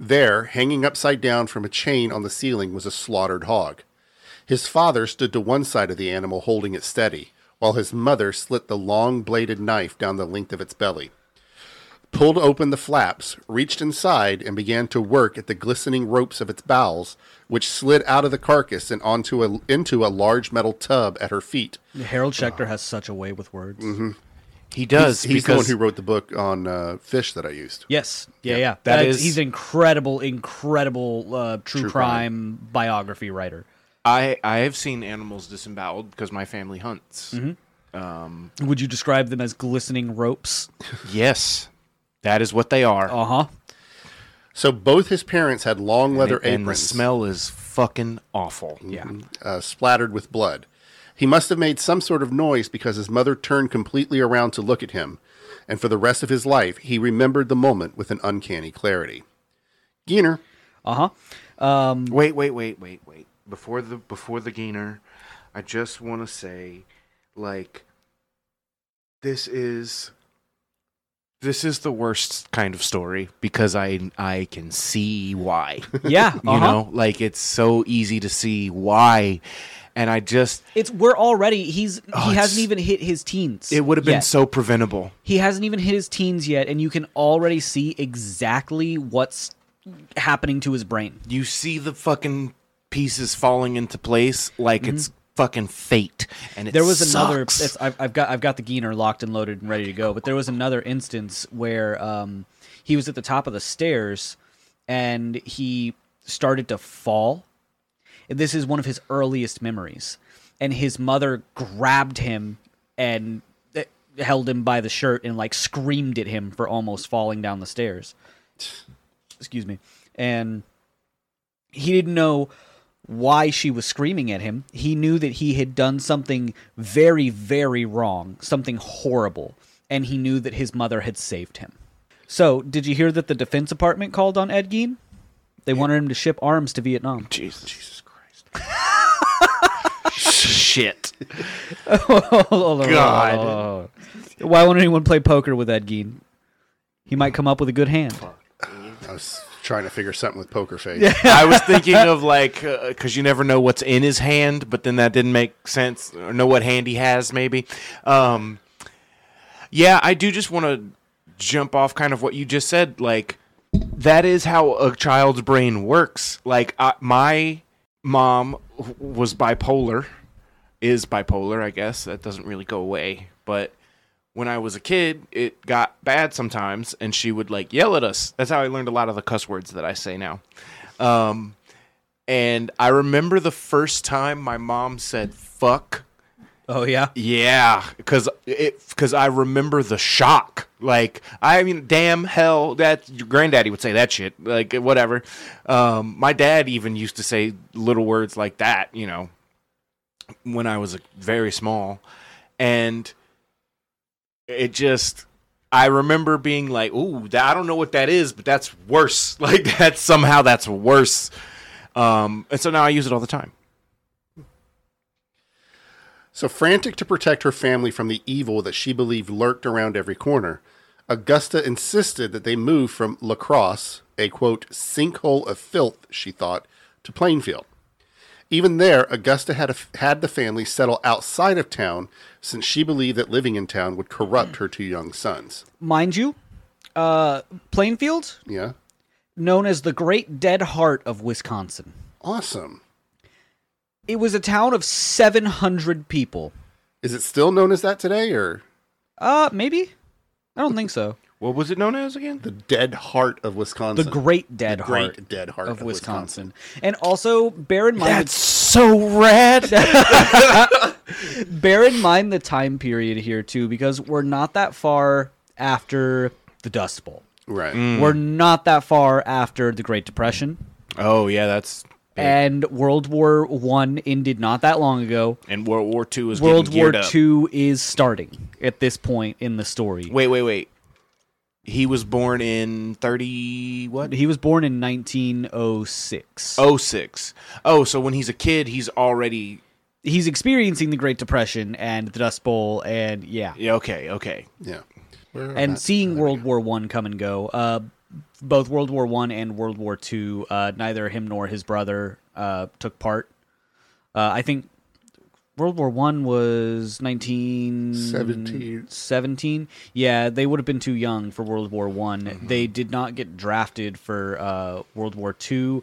Speaker 3: There, hanging upside down from a chain on the ceiling, was a slaughtered hog. His father stood to one side of the animal holding it steady, while his mother slit the long bladed knife down the length of its belly pulled open the flaps, reached inside, and began to work at the glistening ropes of its bowels, which slid out of the carcass and onto a, into a large metal tub at her feet.
Speaker 1: Harold Schechter has such a way with words.
Speaker 2: he does
Speaker 3: He's the one
Speaker 2: because
Speaker 3: who wrote the book on uh, fish that I used.
Speaker 1: Yes. Yeah. Yeah. That
Speaker 2: That
Speaker 1: is,
Speaker 2: is-
Speaker 1: he's an incredible, incredible uh, true, crime, biography writer,
Speaker 2: i i have seen animals disemboweled because my family hunts
Speaker 1: would you describe them as glistening ropes?
Speaker 2: yes that is what they are
Speaker 1: Uh huh.
Speaker 3: So both his parents had long leather
Speaker 2: and the
Speaker 3: aprons
Speaker 2: smell is fucking awful yeah
Speaker 3: uh, splattered with blood. He must have made some sort of noise because his mother turned completely around to look at him, and for the rest of his life, he remembered the moment with an uncanny clarity. Geener,
Speaker 1: Uh huh. [LAUGHS] Um,
Speaker 2: Wait, wait, wait, wait, wait. Before the before the gainer, I just want to say, like, this is this is the worst kind of story because I I can
Speaker 1: [LAUGHS]
Speaker 2: see why.
Speaker 1: yeah. Uh-huh.
Speaker 2: You know, like it's so easy to see why, and I just
Speaker 1: It's we're already he's
Speaker 2: Oh,
Speaker 1: he hasn't
Speaker 2: it's-
Speaker 1: even hit his teens.
Speaker 2: it would have been
Speaker 1: yet.
Speaker 2: so preventable.
Speaker 1: he hasn't even hit his teens yet, and you can already see exactly what's happening to his brain.
Speaker 2: You see the fucking pieces falling into place like it's fucking fate, and it
Speaker 1: Mm-hmm. there was another
Speaker 2: sucks.
Speaker 1: it's, I've, I've got i've got the geener locked and loaded and ready to go but there was another instance where um, he was at the top of the stairs and he started to fall and this is one of his earliest memories and his mother grabbed him and eh, held him by the shirt and like screamed at him for almost falling down the stairs. Excuse me. And he didn't know why she was screaming at him. He knew that he had done something very, very wrong, something horrible, and he knew that his mother had saved him. So, did you hear that the Defense Department called on Ed Gein? They wanted him to ship arms to Vietnam. [LAUGHS]
Speaker 2: Jesus, Jesus Christ. Shit. God.
Speaker 1: Why won't anyone play poker with Ed Gein? He might come up with a good hand.
Speaker 3: I was trying to figure something with poker face.
Speaker 2: I was thinking of like because you never know what's in his hand, but then that didn't make sense. Or know what hand he has, maybe. Um, yeah, I do just want to jump off kind of what you just said. Like that is how a child's brain works. Like I, my mom w- was bipolar, is bipolar. I guess that doesn't really go away, but. When I was a kid, it got bad sometimes, and she would like yell at us. That's how I learned a lot of the cuss words that I say now. Um, and I remember the first time my mom said "fuck."
Speaker 1: Oh yeah.
Speaker 2: Yeah, because it because I remember the shock. Like I mean, damn hell, that your granddaddy would say that shit. Like whatever. Um, my dad even used to say little words like that. You know, when I was like, very small, and it just I remember being like, "Ooh, that, I don't know what that is, but that's worse. [LAUGHS] Like that's somehow that's worse." Um, and so now I use it all the time.
Speaker 3: So, frantic to protect her family from the evil that she believed lurked around every corner, Augusta insisted that they move from La Crosse, a quote, sinkhole of filth, she thought, to Plainfield. Even there, Augusta had, a, had the family settle outside of town since she believed that living in town would corrupt her two young sons.
Speaker 1: Mind you, uh, Plainfield,
Speaker 3: Yeah.
Speaker 1: known as the Great Dead Heart of Wisconsin,
Speaker 3: Awesome.
Speaker 1: it was a town of 700 people.
Speaker 3: Is it still known as that today or
Speaker 1: Uh, maybe? I don't think so.
Speaker 2: What was it known as again?
Speaker 3: the dead heart of
Speaker 1: The
Speaker 3: Wisconsin?
Speaker 1: Great Dead
Speaker 3: Great
Speaker 1: Heart
Speaker 3: Dead Heart
Speaker 1: of Wisconsin. And also, bear in mind.
Speaker 2: That's so rad.
Speaker 1: [LAUGHS] bear in mind the time period here too because we're not that far after the dust bowl
Speaker 3: Right.
Speaker 2: Hmm.
Speaker 1: we're not that far after the great depression
Speaker 2: oh yeah, that's
Speaker 1: and world war one ended not that long ago
Speaker 2: and World War Two is
Speaker 1: world
Speaker 2: getting
Speaker 1: war
Speaker 2: geared up.
Speaker 1: two is starting at this point in the story
Speaker 2: Wait, wait, wait. He was born in thirty what?
Speaker 1: he was born in 1906
Speaker 2: Oh six. Oh, so when he's a kid, he's already
Speaker 1: he's experiencing the great depression and the dust bowl and yeah
Speaker 2: yeah. Okay, okay.
Speaker 3: Yeah. Where am I?
Speaker 1: and seeing World War One come and go. Uh, both World War One and World War Two. Uh, neither him nor his brother uh, took part. Uh, I think World War One was nineteen
Speaker 3: Seventeen.
Speaker 1: Seventeen. Yeah, they would have been too young for World War One. They did not get drafted for uh, World War Two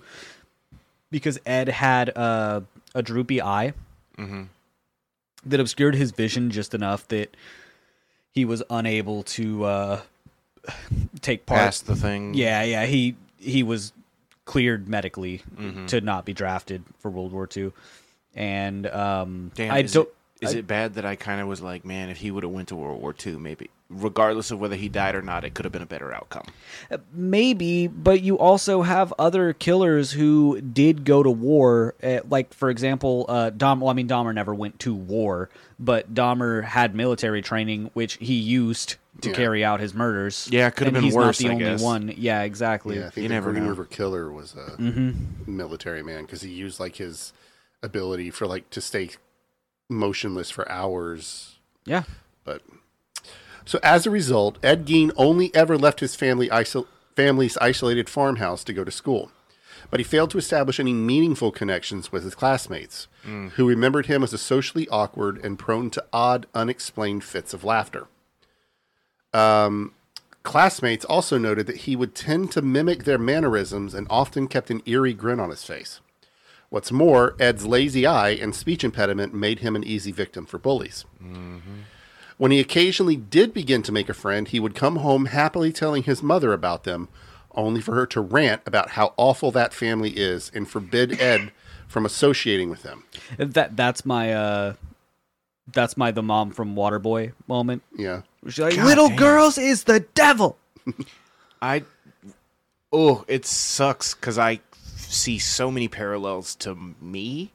Speaker 1: because Ed had uh, a droopy eye that obscured his vision just enough that he was unable to uh, take part.
Speaker 2: Past the thing.
Speaker 1: Yeah, yeah, he he was cleared medically
Speaker 2: Mm-hmm.
Speaker 1: to not be drafted for World War II, and um,
Speaker 2: Damn,
Speaker 1: I
Speaker 2: is
Speaker 1: don't.
Speaker 2: It, is it bad that I kind of was like, man, if he would have went to World War II, maybe, regardless of whether he died or not, it could have been a better outcome.
Speaker 1: Maybe, but you also have other killers who did go to war. Uh, like, for example, uh, Dom. Well, I mean, Dahmer never went to war, but Dahmer had military training, which he used to carry out his murders.
Speaker 2: Yeah, it could have
Speaker 1: And
Speaker 2: been
Speaker 1: he's
Speaker 2: worse,
Speaker 1: Not the
Speaker 2: I
Speaker 1: only
Speaker 2: guess.
Speaker 1: one. Yeah, exactly.
Speaker 3: Yeah, I think
Speaker 2: You
Speaker 3: the
Speaker 2: never
Speaker 3: Green
Speaker 2: know.
Speaker 3: River Killer was a military man because he used like his ability for like to stay motionless for hours.
Speaker 1: yeah.
Speaker 3: But so as a result, Ed Gein only ever left his family isol- family's isolated farmhouse to go to school. But he failed to establish any meaningful connections with his classmates, who remembered him as a socially awkward and prone to odd, unexplained fits of laughter Um, classmates also noted that he would tend to mimic their mannerisms and often kept an eerie grin on his face. What's more, Ed's lazy eye and speech impediment made him an easy victim for bullies. When he occasionally did begin to make a friend, he would come home happily telling his mother about them, only for her to rant about how awful that family is and forbid Ed from associating with them.
Speaker 1: That that's my uh that's my the mom from Waterboy moment.
Speaker 3: Yeah.
Speaker 1: She's like,
Speaker 2: God
Speaker 1: little
Speaker 2: damn.
Speaker 1: girls is the devil.
Speaker 2: I oh, it sucks because I see so many parallels to me,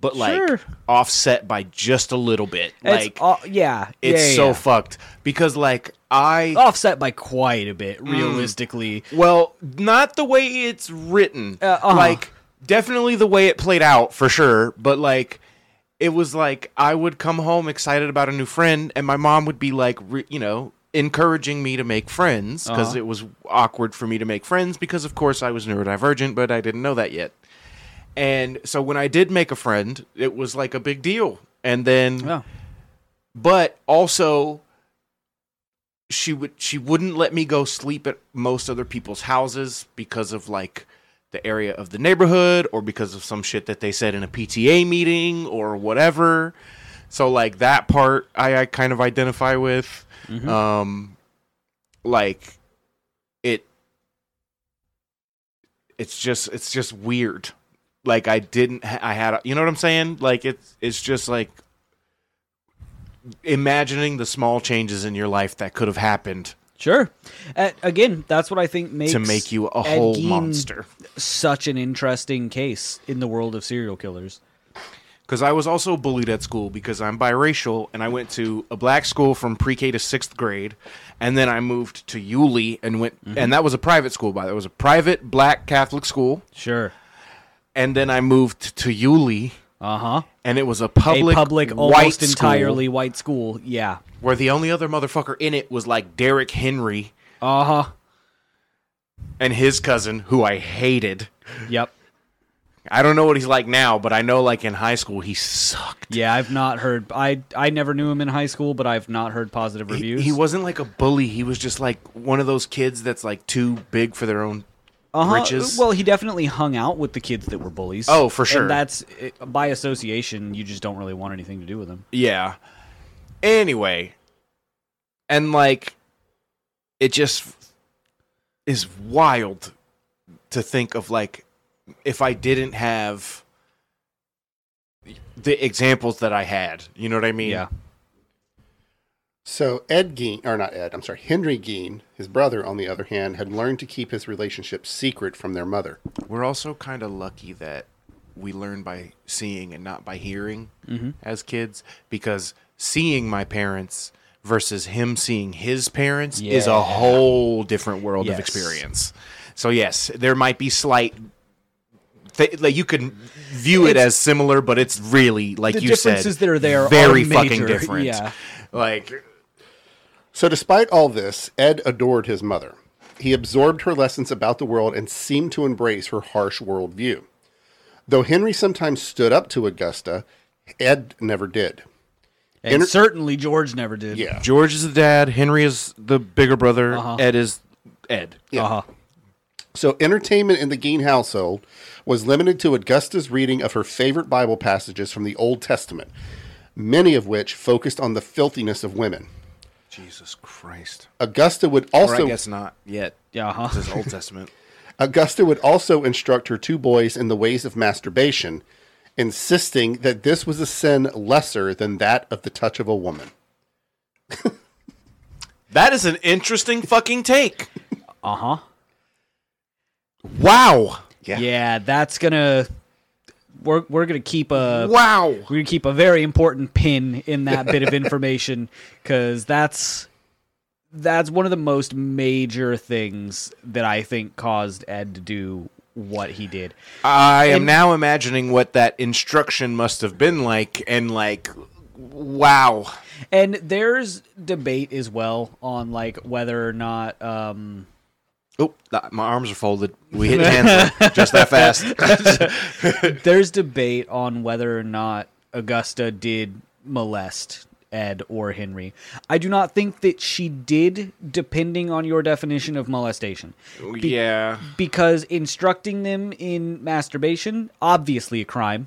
Speaker 2: but like
Speaker 1: Sure.
Speaker 2: offset by just a little bit. like
Speaker 1: it's all, yeah,
Speaker 2: it's
Speaker 1: yeah,
Speaker 2: so
Speaker 1: yeah.
Speaker 2: fucked because like I
Speaker 1: offset by quite a
Speaker 2: Mm.
Speaker 1: bit, realistically.
Speaker 2: well not the way it's written
Speaker 1: Uh, uh-huh.
Speaker 2: like definitely the way it played out for sure, but like. It was like I would come home excited about a new friend, and my mom would be like, re- you know, encouraging me to make friends because
Speaker 1: Uh-huh.
Speaker 2: it was awkward for me to make friends because, of course, I was neurodivergent, but I didn't know that yet. And so when I did make a friend, it was like a big deal. And then
Speaker 1: Yeah.
Speaker 2: but also she would she wouldn't let me go sleep at most other people's houses because of like the area of the neighborhood or because of some shit that they said in a PTA meeting or whatever. So like that part I, I kind of identify with. Um like it it's just it's just weird. Like I didn't ha- I had you know what I'm saying? Like it's it's just like imagining the small changes in your life that could have happened
Speaker 1: Sure. Uh, again, that's what I think makes
Speaker 2: to make you a
Speaker 1: Ed
Speaker 2: whole
Speaker 1: Gein
Speaker 2: monster.
Speaker 1: Such an interesting case in the world of serial killers.
Speaker 2: Because I was also bullied at school because I'm biracial and I went to a black school from pre-K to sixth grade, and then I moved to Yulee and went,
Speaker 1: Mm-hmm.
Speaker 2: and that was a private school by the way. It was a private black Catholic school,
Speaker 1: Sure.
Speaker 2: and then I moved to Yulee,
Speaker 1: Uh huh.
Speaker 2: and it was a public,
Speaker 1: a public,
Speaker 2: white
Speaker 1: almost
Speaker 2: school
Speaker 1: entirely white school. Yeah.
Speaker 2: where the only other motherfucker in it was like Derek Henry
Speaker 1: Uh huh.
Speaker 2: and his cousin, who I hated.
Speaker 1: Yep.
Speaker 2: I don't know what he's like now, but I know like in high school he sucked.
Speaker 1: Yeah, I've not heard. I I never knew him in high school, but I've not heard positive
Speaker 2: He,
Speaker 1: reviews.
Speaker 2: he wasn't like a bully. He was just like one of those kids that's like too big for their own britches.
Speaker 1: Uh-huh. Well, he definitely hung out with the kids that were bullies.
Speaker 2: Oh, for sure.
Speaker 1: And that's it- by association. You just don't really want anything to do with them.
Speaker 2: yeah. Anyway, and like it just is wild to think of like if I didn't have the examples that I had. You know what I mean?
Speaker 1: Yeah.
Speaker 3: So Ed Gein, or not Ed, I'm sorry, Henry Gein, his brother, on the other hand, had learned to keep his relationship secret from their mother.
Speaker 2: We're also kind of lucky that we learn by seeing and not by hearing
Speaker 1: Mm-hmm.
Speaker 2: as kids because seeing my parents versus him seeing his parents is
Speaker 1: Yeah.
Speaker 2: a whole different world
Speaker 1: Yes.
Speaker 2: of experience. So yes, there might be slight th- like you can view it
Speaker 1: It's-
Speaker 2: as similar, but it's really like
Speaker 1: The
Speaker 2: you
Speaker 1: differences
Speaker 2: said,
Speaker 1: that are there are
Speaker 2: very
Speaker 1: major.
Speaker 2: fucking different.
Speaker 1: Yeah.
Speaker 2: Like
Speaker 3: So, despite all this, Ed adored his mother. He absorbed her lessons about the world and seemed to embrace her harsh worldview. Though Henry sometimes stood up to Augusta, Ed never did.
Speaker 1: And
Speaker 3: Inter-
Speaker 1: certainly George never did.
Speaker 3: Yeah.
Speaker 2: George is the dad, Henry is the bigger brother,
Speaker 1: Uh-huh.
Speaker 2: Ed is Ed.
Speaker 1: Uh huh.
Speaker 3: So, entertainment in the Gein household was limited to Augusta's reading of her favorite Bible passages from the Old Testament, many of which focused on the filthiness of women.
Speaker 2: Jesus Christ.
Speaker 3: Augusta would
Speaker 2: Or
Speaker 3: also
Speaker 2: I guess not yet.
Speaker 1: Yeah. Uh-huh.
Speaker 2: This is Old Testament.
Speaker 3: Augusta would also instruct her two boys in the ways of masturbation, insisting that this was a sin lesser than that of the touch of a woman.
Speaker 2: [LAUGHS] That is an interesting fucking take.
Speaker 1: Uh huh.
Speaker 2: Wow.
Speaker 3: Yeah.
Speaker 1: Yeah, that's gonna. We're we're gonna keep a
Speaker 2: Wow.
Speaker 1: we're gonna keep a very important pin in that bit of information because that's that's one of the most major things that I think caused Ed to do what he did.
Speaker 2: I am now imagining what that instruction must have been like and like wow.
Speaker 1: And there's debate as well on like whether or not um
Speaker 2: Oh, th- my arms are folded. We [LAUGHS] hit Hansa just that fast. [LAUGHS]
Speaker 1: there's debate on whether or not Augusta did molest Ed or Henry. I do not think that she did depending on your definition of molestation.
Speaker 2: yeah.
Speaker 1: because instructing them in masturbation obviously a crime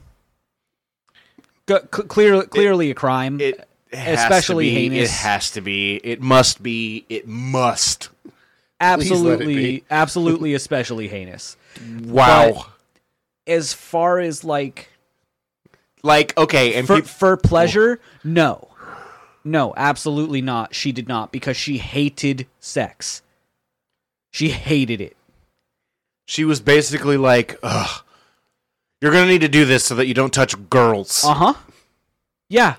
Speaker 1: C- clear, clearly a crime
Speaker 2: It has
Speaker 1: Especially
Speaker 2: to be,
Speaker 1: heinous.
Speaker 2: It has to be. It must be. It must.
Speaker 1: absolutely
Speaker 3: be.
Speaker 1: absolutely especially heinous
Speaker 2: Wow.
Speaker 1: as far as like
Speaker 2: Like, okay, and
Speaker 1: for,
Speaker 2: peop-
Speaker 1: for pleasure, no. No, absolutely not. She did not because she hated sex. She hated it.
Speaker 2: she was basically like, ugh, you're going to need to do this so that you don't touch girls.
Speaker 1: Uh huh. Yeah,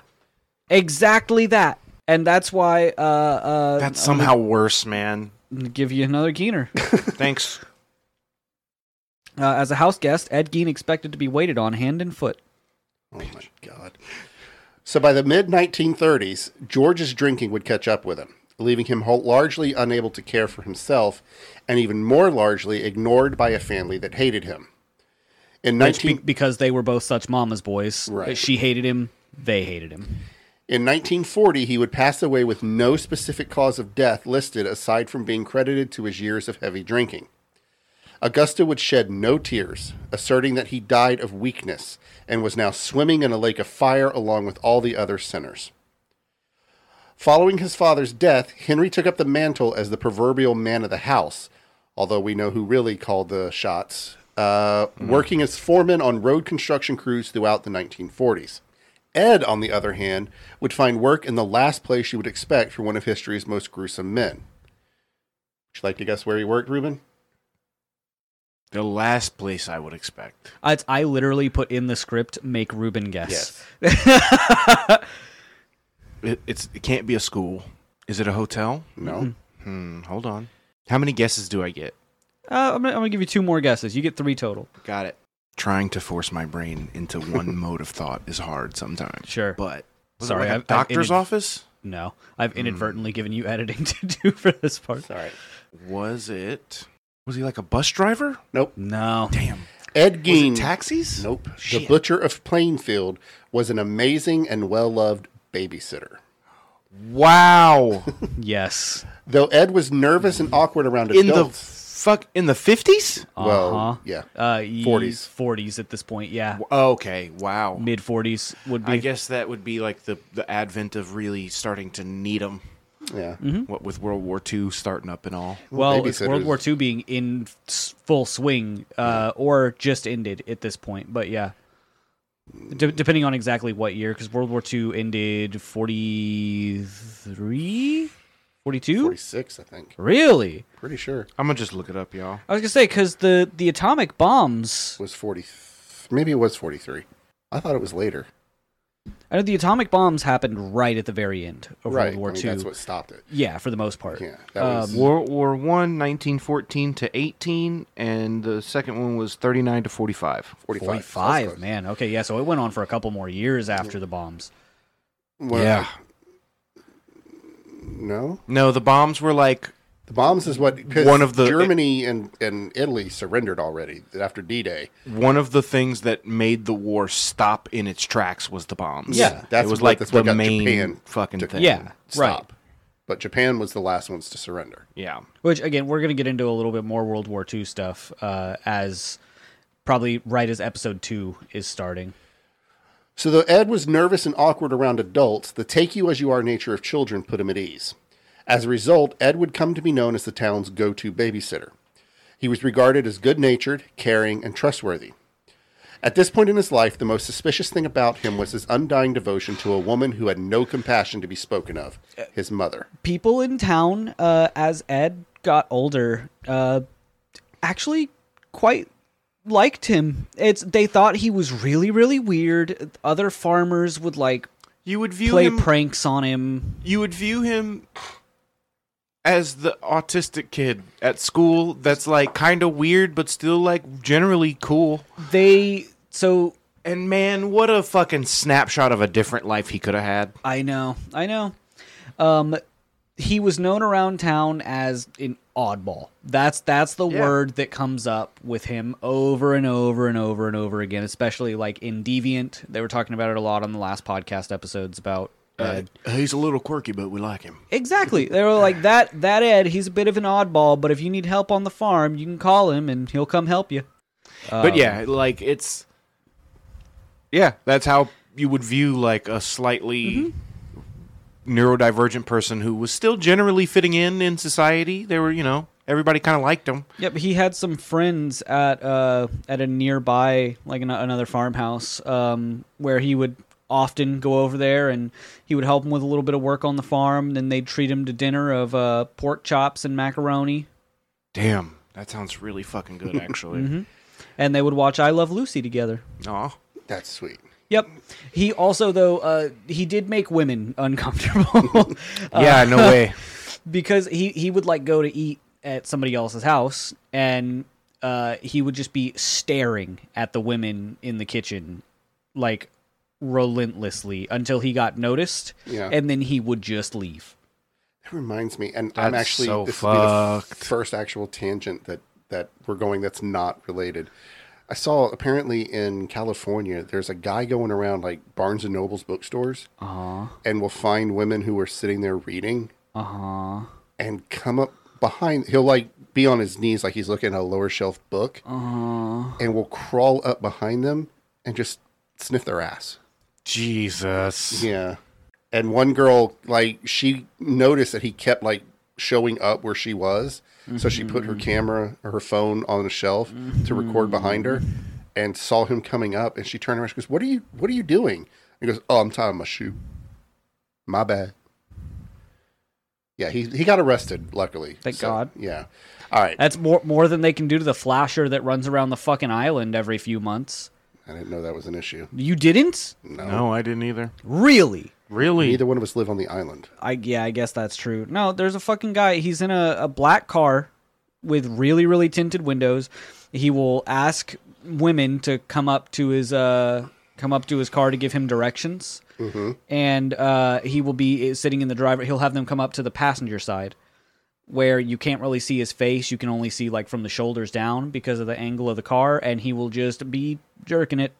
Speaker 1: exactly that. And that's why uh, uh,
Speaker 2: That's somehow worse, man.
Speaker 1: give you another Geener.
Speaker 2: Thanks.
Speaker 1: Uh, as a house guest, Ed Gein expected to be waited on hand and foot.
Speaker 3: Oh my God. So by the mid 1930s, George's drinking would catch up with him, leaving him ho- largely unable to care for himself and even more largely ignored by a family that hated him. In,
Speaker 1: Which
Speaker 3: 19,
Speaker 1: be- because they were both such mama's boys.
Speaker 3: Right.
Speaker 1: She hated him. They hated him.
Speaker 3: in 1940, he would pass away with no specific cause of death listed aside from being credited to his years of heavy drinking. Augusta would shed no tears, asserting that he died of weakness and was now swimming in a lake of fire along with all the other sinners. Following his father's death, Henry took up the mantle as the proverbial man of the house, although we know who really called the shots, uh, working as foreman on road construction crews throughout the 1940s. Ed, on the other hand, would find work in the last place you would expect for one of history's most gruesome men. Would you like to guess where he worked, Reuben?
Speaker 2: [LAUGHS] The last place I would expect.
Speaker 1: I, I literally put in the script, make Ruben guess. [LAUGHS]
Speaker 2: It, it's, it can't be a school. Is it a hotel?
Speaker 3: No.
Speaker 1: Mm-hmm.
Speaker 2: Hmm, hold on. How many guesses do I get?
Speaker 1: Uh, I'm going to give you two more guesses. You get three total.
Speaker 2: Got it. Trying to force my brain into [LAUGHS] one mode of thought is hard sometimes.
Speaker 1: Sure.
Speaker 2: But was
Speaker 1: Sorry,
Speaker 2: it like a
Speaker 1: I've- I've
Speaker 2: doctor's
Speaker 1: inadv-
Speaker 2: office?
Speaker 1: No, I've inadvertently given you editing [LAUGHS] to do for this part.
Speaker 3: Sorry.
Speaker 2: Was it? Was he like a bus driver?
Speaker 3: Nope.
Speaker 1: No.
Speaker 2: Damn.
Speaker 3: Ed
Speaker 2: Was
Speaker 3: Gein.
Speaker 2: it taxis?
Speaker 3: nope. The
Speaker 2: Shit.
Speaker 3: Butcher of Plainfield was an amazing and well loved babysitter.
Speaker 2: Wow.
Speaker 1: Yes.
Speaker 3: Though Ed was nervous and awkward around
Speaker 2: in the
Speaker 3: adults.
Speaker 2: fuck in the fifties?
Speaker 3: well,
Speaker 1: Uh-huh.
Speaker 3: Oh, yeah.
Speaker 1: Uh, ye-
Speaker 3: 40s.
Speaker 1: 40s at this point, yeah.
Speaker 2: Okay. Wow.
Speaker 1: Mid 40s would be.
Speaker 2: I guess that would be like the the advent of really starting to need them.
Speaker 3: yeah.
Speaker 2: What with World War II starting up and all.
Speaker 1: mm-hmm. Well, it's World
Speaker 3: babysitters.
Speaker 1: War II being in s- full swing, uh, or just ended at this point. But yeah, De- depending on exactly what year, because World War II ended 43? 42?
Speaker 3: 46, I think.
Speaker 1: Really?
Speaker 3: Pretty sure.
Speaker 2: I'm gonna just look it up, y'all.
Speaker 1: I was gonna say because the the atomic bombs.
Speaker 3: was 40. Maybe it was 43. I thought it was later.
Speaker 1: I know the atomic bombs happened right at the very end of
Speaker 3: right.
Speaker 1: World War
Speaker 3: I mean,
Speaker 1: II.
Speaker 3: That's what stopped it.
Speaker 1: Yeah, for the most part. Um,
Speaker 3: Yeah. That was,
Speaker 2: World War One, 1914 to 18, and the second one was 39 to 45.
Speaker 3: 45. So that's
Speaker 1: 45,
Speaker 3: close.
Speaker 1: man. Okay, yeah. So it went on for a couple more years after the bombs.
Speaker 3: Well,
Speaker 2: Yeah.
Speaker 3: No.
Speaker 2: No, the bombs were like
Speaker 3: The bombs is what. 'cause
Speaker 2: One of the-
Speaker 3: Germany and, and Italy surrendered already after D Day.
Speaker 2: one of the things that made the war stop in its tracks was the bombs.
Speaker 3: Yeah, that's
Speaker 2: it was
Speaker 3: what-
Speaker 2: like
Speaker 3: that's what
Speaker 2: the
Speaker 3: got
Speaker 2: main
Speaker 3: Japan
Speaker 2: fucking
Speaker 3: to-
Speaker 2: thing.
Speaker 1: Yeah, right.
Speaker 3: Stop. But Japan was the last ones to surrender.
Speaker 2: yeah.
Speaker 1: Which again, we're going to get into a little bit more World War II stuff uh, as probably right as episode two is starting.
Speaker 3: So though Ed was nervous and awkward around adults, the take you as you are nature of children put him at ease. As a result, Ed would come to be known as the town's go to babysitter. He was regarded as good natured, caring, and trustworthy. At this point in his life, the most suspicious thing about him was his undying devotion to a woman who had no compassion to be spoken of his mother.
Speaker 1: People in town, uh, as Ed got older, uh, actually quite liked him. It's they thought he was really, really weird. Other farmers would like
Speaker 2: You would view
Speaker 1: play
Speaker 2: him
Speaker 1: pranks on him.
Speaker 2: you would view him as the autistic kid at school that's like kind of weird but still like generally cool.
Speaker 1: They so
Speaker 2: And man, what a fucking snapshot of a different life he could have had.
Speaker 1: I know, I know. Um, he was known around town as an oddball. That's that's the
Speaker 2: Yeah.
Speaker 1: word that comes up with him over and over and over and over again. Especially like in Deviant, they were talking about it a lot on the last podcast episodes about. Uh,
Speaker 2: he's a little quirky, but we like him.
Speaker 1: exactly, they were like that. That Ed, he's a bit of an oddball, but if you need help on the farm, you can call him and he'll come help you.
Speaker 2: but yeah, like it's yeah, that's how you would view like a slightly Mm-hmm. neurodivergent person who was still generally fitting in in society. They were, you know, everybody kind of liked him.
Speaker 1: Yep, he had some friends at uh at a nearby like an, another farmhouse um where he would often go over there and he would help him with a little bit of work on the farm. Then they'd treat him to dinner of uh pork chops and macaroni,
Speaker 2: Damn, that sounds really fucking [LAUGHS] good, actually.
Speaker 1: and they would watch I Love Lucy together.
Speaker 2: Aw.
Speaker 3: That's sweet.
Speaker 1: Yep. He also though uh he did make women uncomfortable. [LAUGHS]
Speaker 2: Yeah, [LAUGHS] no way.
Speaker 1: because he he would like go to eat at somebody else's house and uh he would just be staring at the women in the kitchen like relentlessly until he got noticed
Speaker 3: Yeah.
Speaker 1: and then he would just leave
Speaker 3: That reminds me, and I'm
Speaker 2: That's
Speaker 3: actually
Speaker 2: so
Speaker 3: this will be the f-
Speaker 2: fucked.
Speaker 3: first actual tangent that that we're going that's not related. I saw apparently in California, there's a guy going around like Barnes and Noble's bookstores,
Speaker 1: uh-huh
Speaker 3: and will find women who are sitting there reading,
Speaker 1: uh-huh
Speaker 3: and come up behind. He'll like be on his knees, like he's looking at a lower shelf book,
Speaker 2: Uh-huh.
Speaker 1: uh
Speaker 3: and will crawl up behind them and just sniff their ass.
Speaker 2: Jesus.
Speaker 3: Yeah. And one girl, like, she noticed that he kept, like, showing up where she was. So she put her
Speaker 1: Mm-hmm.
Speaker 3: camera or her phone on a shelf to record behind her
Speaker 1: Mm-hmm.
Speaker 3: and saw him coming up. And she turned around. She goes, What are you, what are you doing? He goes, Oh, I'm tying my shoe. My bad. Yeah. He, he got arrested, luckily.
Speaker 1: Thank God.
Speaker 3: Yeah. All right.
Speaker 1: that's more more than they can do to the flasher that runs around the fucking island every few months
Speaker 3: I didn't know that was an issue.
Speaker 1: you didn't
Speaker 3: No.
Speaker 2: No, I didn't either.
Speaker 1: really
Speaker 2: Really?
Speaker 3: Neither one of us live on the island.
Speaker 1: I yeah, I guess that's true. No, there's a fucking guy. He's in a, a black car with really really tinted windows. He will ask women to come up to his uh come up to his car to give him directions, mm-hmm. and uh, he will be sitting in the driver. He'll have them come up to the passenger side. Where you can't really see his face, you can only see like from the shoulders down because of the angle of the car, and he will just be jerking it.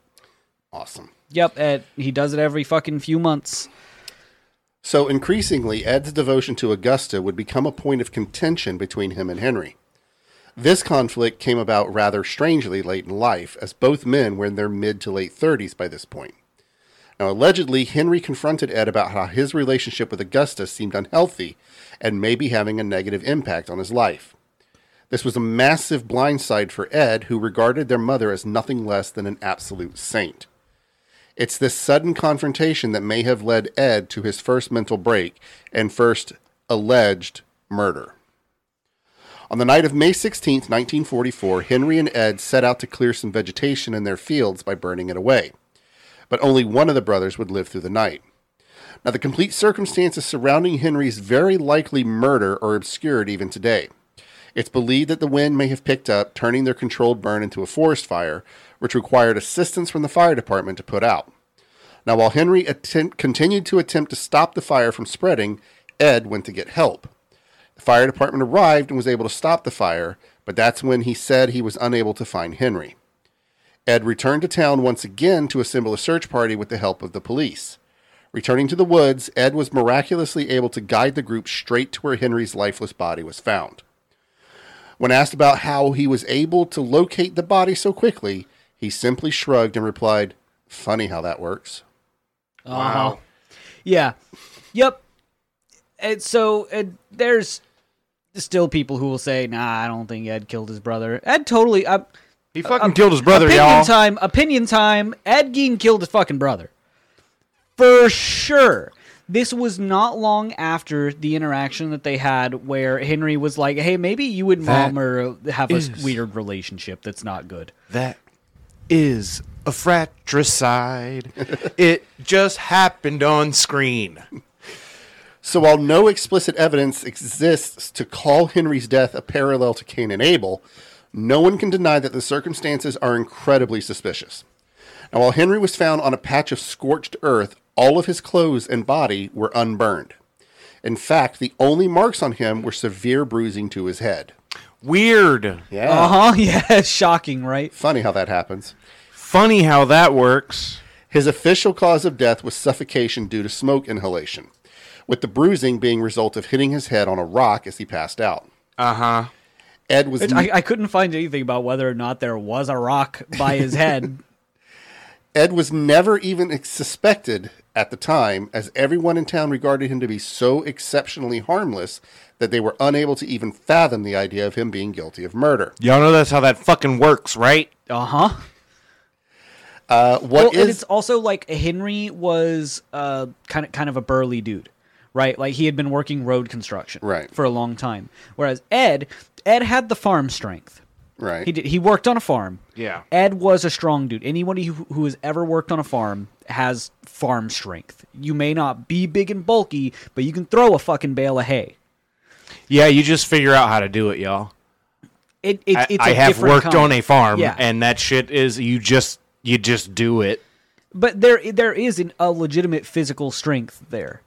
Speaker 3: Awesome.
Speaker 1: Yep, at, he does it every fucking few months.
Speaker 3: So increasingly, Ed's devotion to Augusta would become a point of contention between him and Henry. This conflict came about rather strangely late in life, as both men were in their mid to late 30s by this point. Now, allegedly, Henry confronted Ed about how his relationship with Augusta seemed unhealthy and may be having a negative impact on his life. This was a massive blindside for Ed, who regarded their mother as nothing less than an absolute saint. It's this sudden confrontation that may have led Ed to his first mental break and first alleged murder. On the night of May 16, 1944, Henry and Ed set out to clear some vegetation in their fields by burning it away. But only one of the brothers would live through the night. Now, the complete circumstances surrounding Henry's very likely murder are obscured even today. It's believed that the wind may have picked up, turning their controlled burn into a forest fire, which required assistance from the fire department to put out. Now, while Henry attempt, continued to attempt to stop the fire from spreading, Ed went to get help. The fire department arrived and was able to stop the fire, but that's when he said he was unable to find Henry. Ed returned to town once again to assemble a search party with the help of the police. Returning to the woods, Ed was miraculously able to guide the group straight to where Henry's lifeless body was found. When asked about how he was able to locate the body so quickly, he simply shrugged and replied, Funny how that works.
Speaker 1: uh Yeah. Yep. And so and there's still people who will say, "Nah, I don't think Ed killed his brother." Ed totally. Uh,
Speaker 2: He fucking killed his brother,
Speaker 1: opinion
Speaker 2: y'all.
Speaker 1: time. Opinion time. Ed Gein killed his fucking brother, for sure. This was not long after the interaction that they had, where Henry was like, "Hey, maybe you and
Speaker 2: That
Speaker 1: mom are have a s-
Speaker 2: is-
Speaker 1: weird relationship that's not good."
Speaker 2: that is a [LAUGHS] fratricide. it just happened on screen.
Speaker 3: So while no explicit evidence exists to call Henry's death a parallel to Cain and Abel, no one can deny that the circumstances are incredibly suspicious. Now, while Henry was found on a patch of scorched earth, all of his clothes and body were unburned. In fact, the only marks on him were severe bruising to his head.
Speaker 2: Weird.
Speaker 3: Yeah.
Speaker 1: Uh huh. [LAUGHS] Yeah, shocking, right?
Speaker 3: Funny how that happens.
Speaker 2: Funny how that works.
Speaker 3: His official cause of death was suffocation due to smoke inhalation, with the bruising being result of hitting his head on a rock as he passed out.
Speaker 2: Uh huh.
Speaker 3: Ed
Speaker 2: [LAUGHS]
Speaker 3: was
Speaker 1: Which I, I couldn't find anything about whether or not there was a rock by his head.
Speaker 3: Ed was never even ex- suspected at the time, as everyone in town regarded him to be so exceptionally harmless that they were unable to even fathom the idea of him being guilty of murder.
Speaker 2: Y'all know that's how that fucking works, right?
Speaker 1: Uh huh.
Speaker 3: Uh, what is
Speaker 1: well, and it's also like Henry was uh, kind of kind of a burly dude, right? Like he had been working road construction
Speaker 3: Right.
Speaker 1: for a long time. Whereas Ed, Ed had the farm strength.
Speaker 3: right?
Speaker 1: He did. He worked on a farm.
Speaker 2: Yeah.
Speaker 1: Ed was a strong dude. Anybody who, who has ever worked on a farm has farm strength. You may not be big and bulky, but you can throw a fucking bale of hay.
Speaker 2: Yeah, you just figure out how to do it, y'all.
Speaker 1: It, it,
Speaker 2: I,
Speaker 1: it's
Speaker 2: I
Speaker 1: a
Speaker 2: have
Speaker 1: different
Speaker 2: worked
Speaker 1: kind.
Speaker 2: on a farm,
Speaker 1: Yeah.
Speaker 2: and that shit is you just you just do it.
Speaker 1: but there there is an, a legitimate physical strength there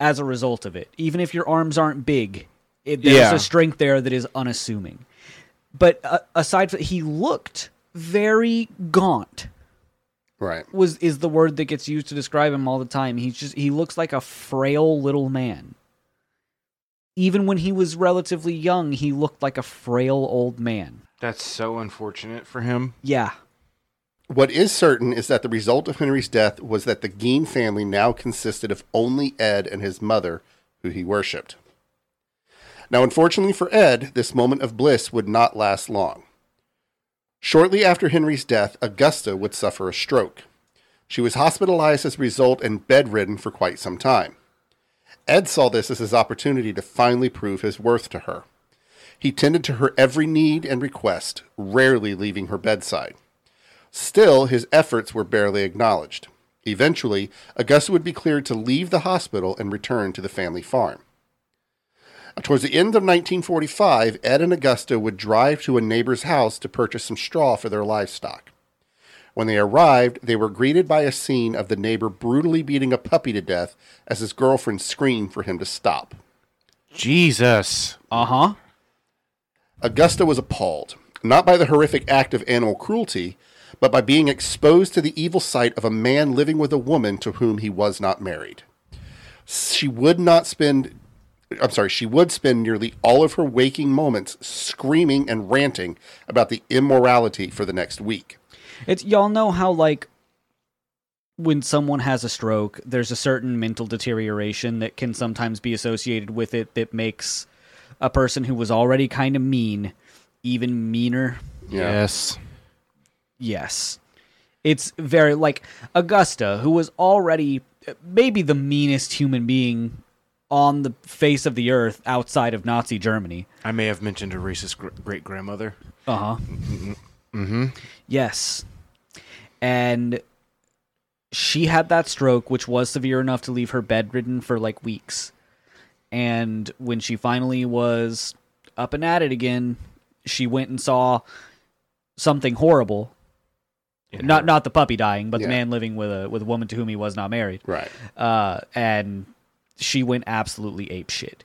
Speaker 1: as a result of it even if your arms aren't big it, there's
Speaker 2: Yeah.
Speaker 1: a strength there that is unassuming but uh, aside from he looked very gaunt
Speaker 3: right.
Speaker 1: was is the word that gets used to describe him all the time he's just he looks like a frail little man even when he was relatively young he looked like a frail old man
Speaker 2: That's so unfortunate for him.
Speaker 1: yeah
Speaker 3: What is certain is that the result of Henry's death was that the Geen family now consisted of only Ed and his mother, who he worshipped. Now, unfortunately for Ed, this moment of bliss would not last long. Shortly after Henry's death, Augusta would suffer a stroke. She was hospitalized as a result and bedridden for quite some time. Ed saw this as his opportunity to finally prove his worth to her. He tended to her every need and request, rarely leaving her bedside. Still, his efforts were barely acknowledged. Eventually, Augusta would be cleared to leave the hospital and return to the family farm. Towards the end of 1945, Ed and Augusta would drive to a neighbor's house to purchase some straw for their livestock. When they arrived, they were greeted by a scene of the neighbor brutally beating a puppy to death as his girlfriend screamed for him to stop.
Speaker 2: Jesus.
Speaker 1: uh-huh
Speaker 3: Augusta was appalled, not by the horrific act of animal cruelty, but by being exposed to the evil sight of a man living with a woman to whom he was not married. She would not spend, I'm sorry, she would spend nearly all of her waking moments screaming and ranting about the immorality for the next week.
Speaker 1: It's y'all know how like when someone has a stroke, there's a certain mental deterioration that can sometimes be associated with it that makes a person who was already kind of mean even meaner.
Speaker 2: Yes.
Speaker 1: Yes. It's very like Augusta, who was already maybe the meanest human being on the face of the earth outside of Nazi Germany.
Speaker 2: I may have mentioned a racist gr- great grandmother.
Speaker 1: Uh huh. Mm-hmm. Yes. And she had that stroke, which was severe enough to leave her bedridden for like weeks. And when she finally was up and at it again, she went and saw something horrible. Not not the puppy dying, but
Speaker 3: Yeah.
Speaker 1: the man living with a with a woman to whom he was not married.
Speaker 3: Right.
Speaker 1: Uh, and she went absolutely ape shit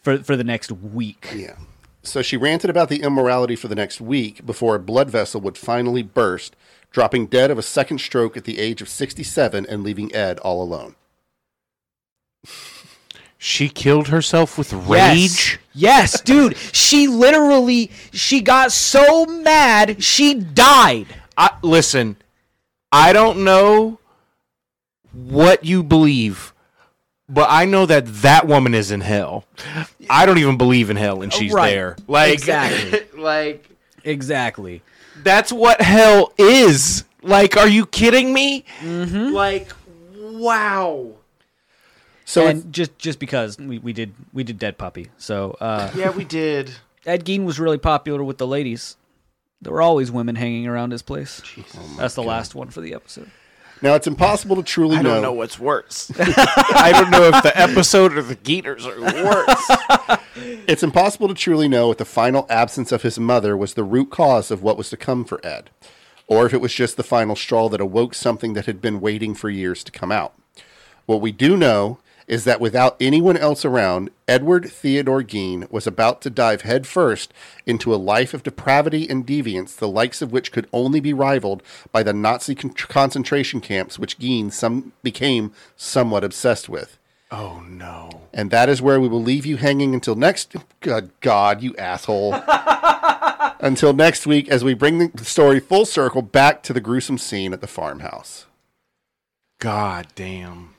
Speaker 1: for for the next week.
Speaker 3: Yeah. So she ranted about the immorality for the next week before a blood vessel would finally burst, dropping dead of a second stroke at the age of 67 and leaving Ed all alone.
Speaker 2: She killed herself with
Speaker 1: Yes.
Speaker 2: rage.
Speaker 1: Yes, dude. she literally she got so mad she died.
Speaker 2: I, listen, I don't know what you believe, but I know that that woman is in hell. I don't even believe in hell, and she's
Speaker 1: Right.
Speaker 2: there. Like,
Speaker 1: Exactly.
Speaker 2: [LAUGHS]
Speaker 1: [LAUGHS]
Speaker 2: like
Speaker 1: Exactly.
Speaker 2: that's what hell is. Like, are you kidding me?
Speaker 1: Mm-hmm.
Speaker 2: Like, wow.
Speaker 3: So it's-
Speaker 1: and just just because we, we did we did Dead Puppy. So uh,
Speaker 2: Yeah, we did.
Speaker 1: Ed Gein was really popular with the ladies. There were always women hanging around his place. That's the last one for the episode.
Speaker 3: now it's impossible to truly
Speaker 2: I
Speaker 3: know.
Speaker 2: don't know what's [LAUGHS] worse. I don't know if the episode or the Geeters are worse.
Speaker 3: It's impossible to truly know if the final absence of his mother was the root cause of what was to come for Ed, or if it was just the final straw that awoke something that had been waiting for years to come out. What we do know is that without anyone else around, Edward Theodore Gein was about to dive headfirst into a life of depravity and deviance, the likes of which could only be rivaled by the Nazi con- concentration camps which Gein some- became somewhat obsessed with.
Speaker 2: Oh no.
Speaker 3: And uh, that is where we will leave you hanging until next. Good God, you asshole. Until next week, as we bring the story full circle back to the gruesome scene at the farmhouse.
Speaker 2: God damn.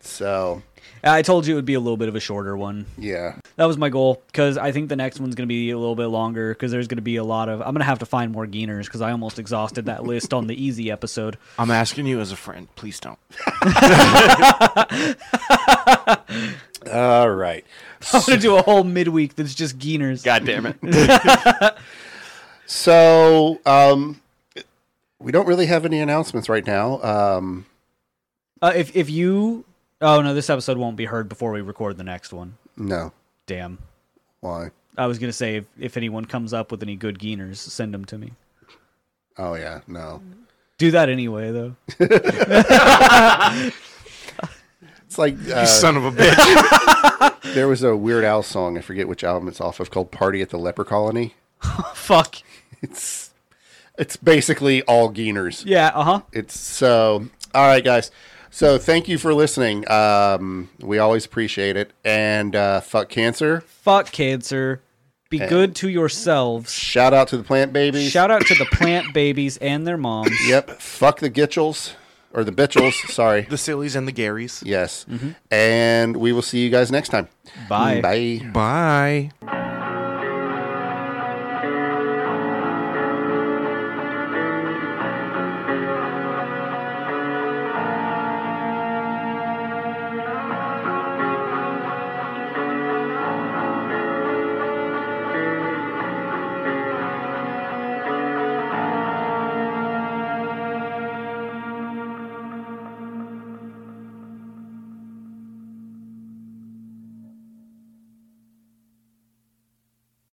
Speaker 3: So,
Speaker 1: I told you it would be a little bit of a shorter one.
Speaker 3: yeah.
Speaker 1: That was my goal because I think the next one's going to be a little bit longer because there's going to be a lot of. I'm going to have to find more Geeners because I almost exhausted that list on the easy episode.
Speaker 2: I'm asking you as a friend. Please don't.
Speaker 3: All right.
Speaker 1: [LAUGHS] I'm going to do a whole midweek that's just Geeners.
Speaker 2: God damn it.
Speaker 3: So, um, we don't really have any announcements right now. Um,
Speaker 1: Uh, if if you, oh no, this episode won't be heard before we record the next one.
Speaker 3: no.
Speaker 1: Damn.
Speaker 3: Why?
Speaker 1: I was going to say if, if anyone comes up with any good Geeners, send them to me.
Speaker 3: Oh, yeah. No.
Speaker 1: Do that anyway though.
Speaker 3: It's like uh,
Speaker 2: you son of a bitch.
Speaker 3: there was a Weird Al song. I forget which album it's off of called Party at the Leper Colony.
Speaker 1: [LAUGHS] Fuck
Speaker 3: It's it's basically all Geeners.
Speaker 1: yeah. Uh huh.
Speaker 3: It's so all right, guys. So thank you for listening. Um, we always appreciate it. And uh, fuck cancer.
Speaker 1: Fuck cancer. Be good to yourselves.
Speaker 3: Shout out to the plant babies.
Speaker 1: Shout out to the plant babies and their moms.
Speaker 3: yep. Fuck the Gitchels or the Bitchels. sorry.
Speaker 1: [LAUGHS]
Speaker 2: The Sillies and the Garys.
Speaker 3: Yes. And we will see you guys next time.
Speaker 1: Mm-hmm. Bye.
Speaker 3: Bye.
Speaker 2: Bye.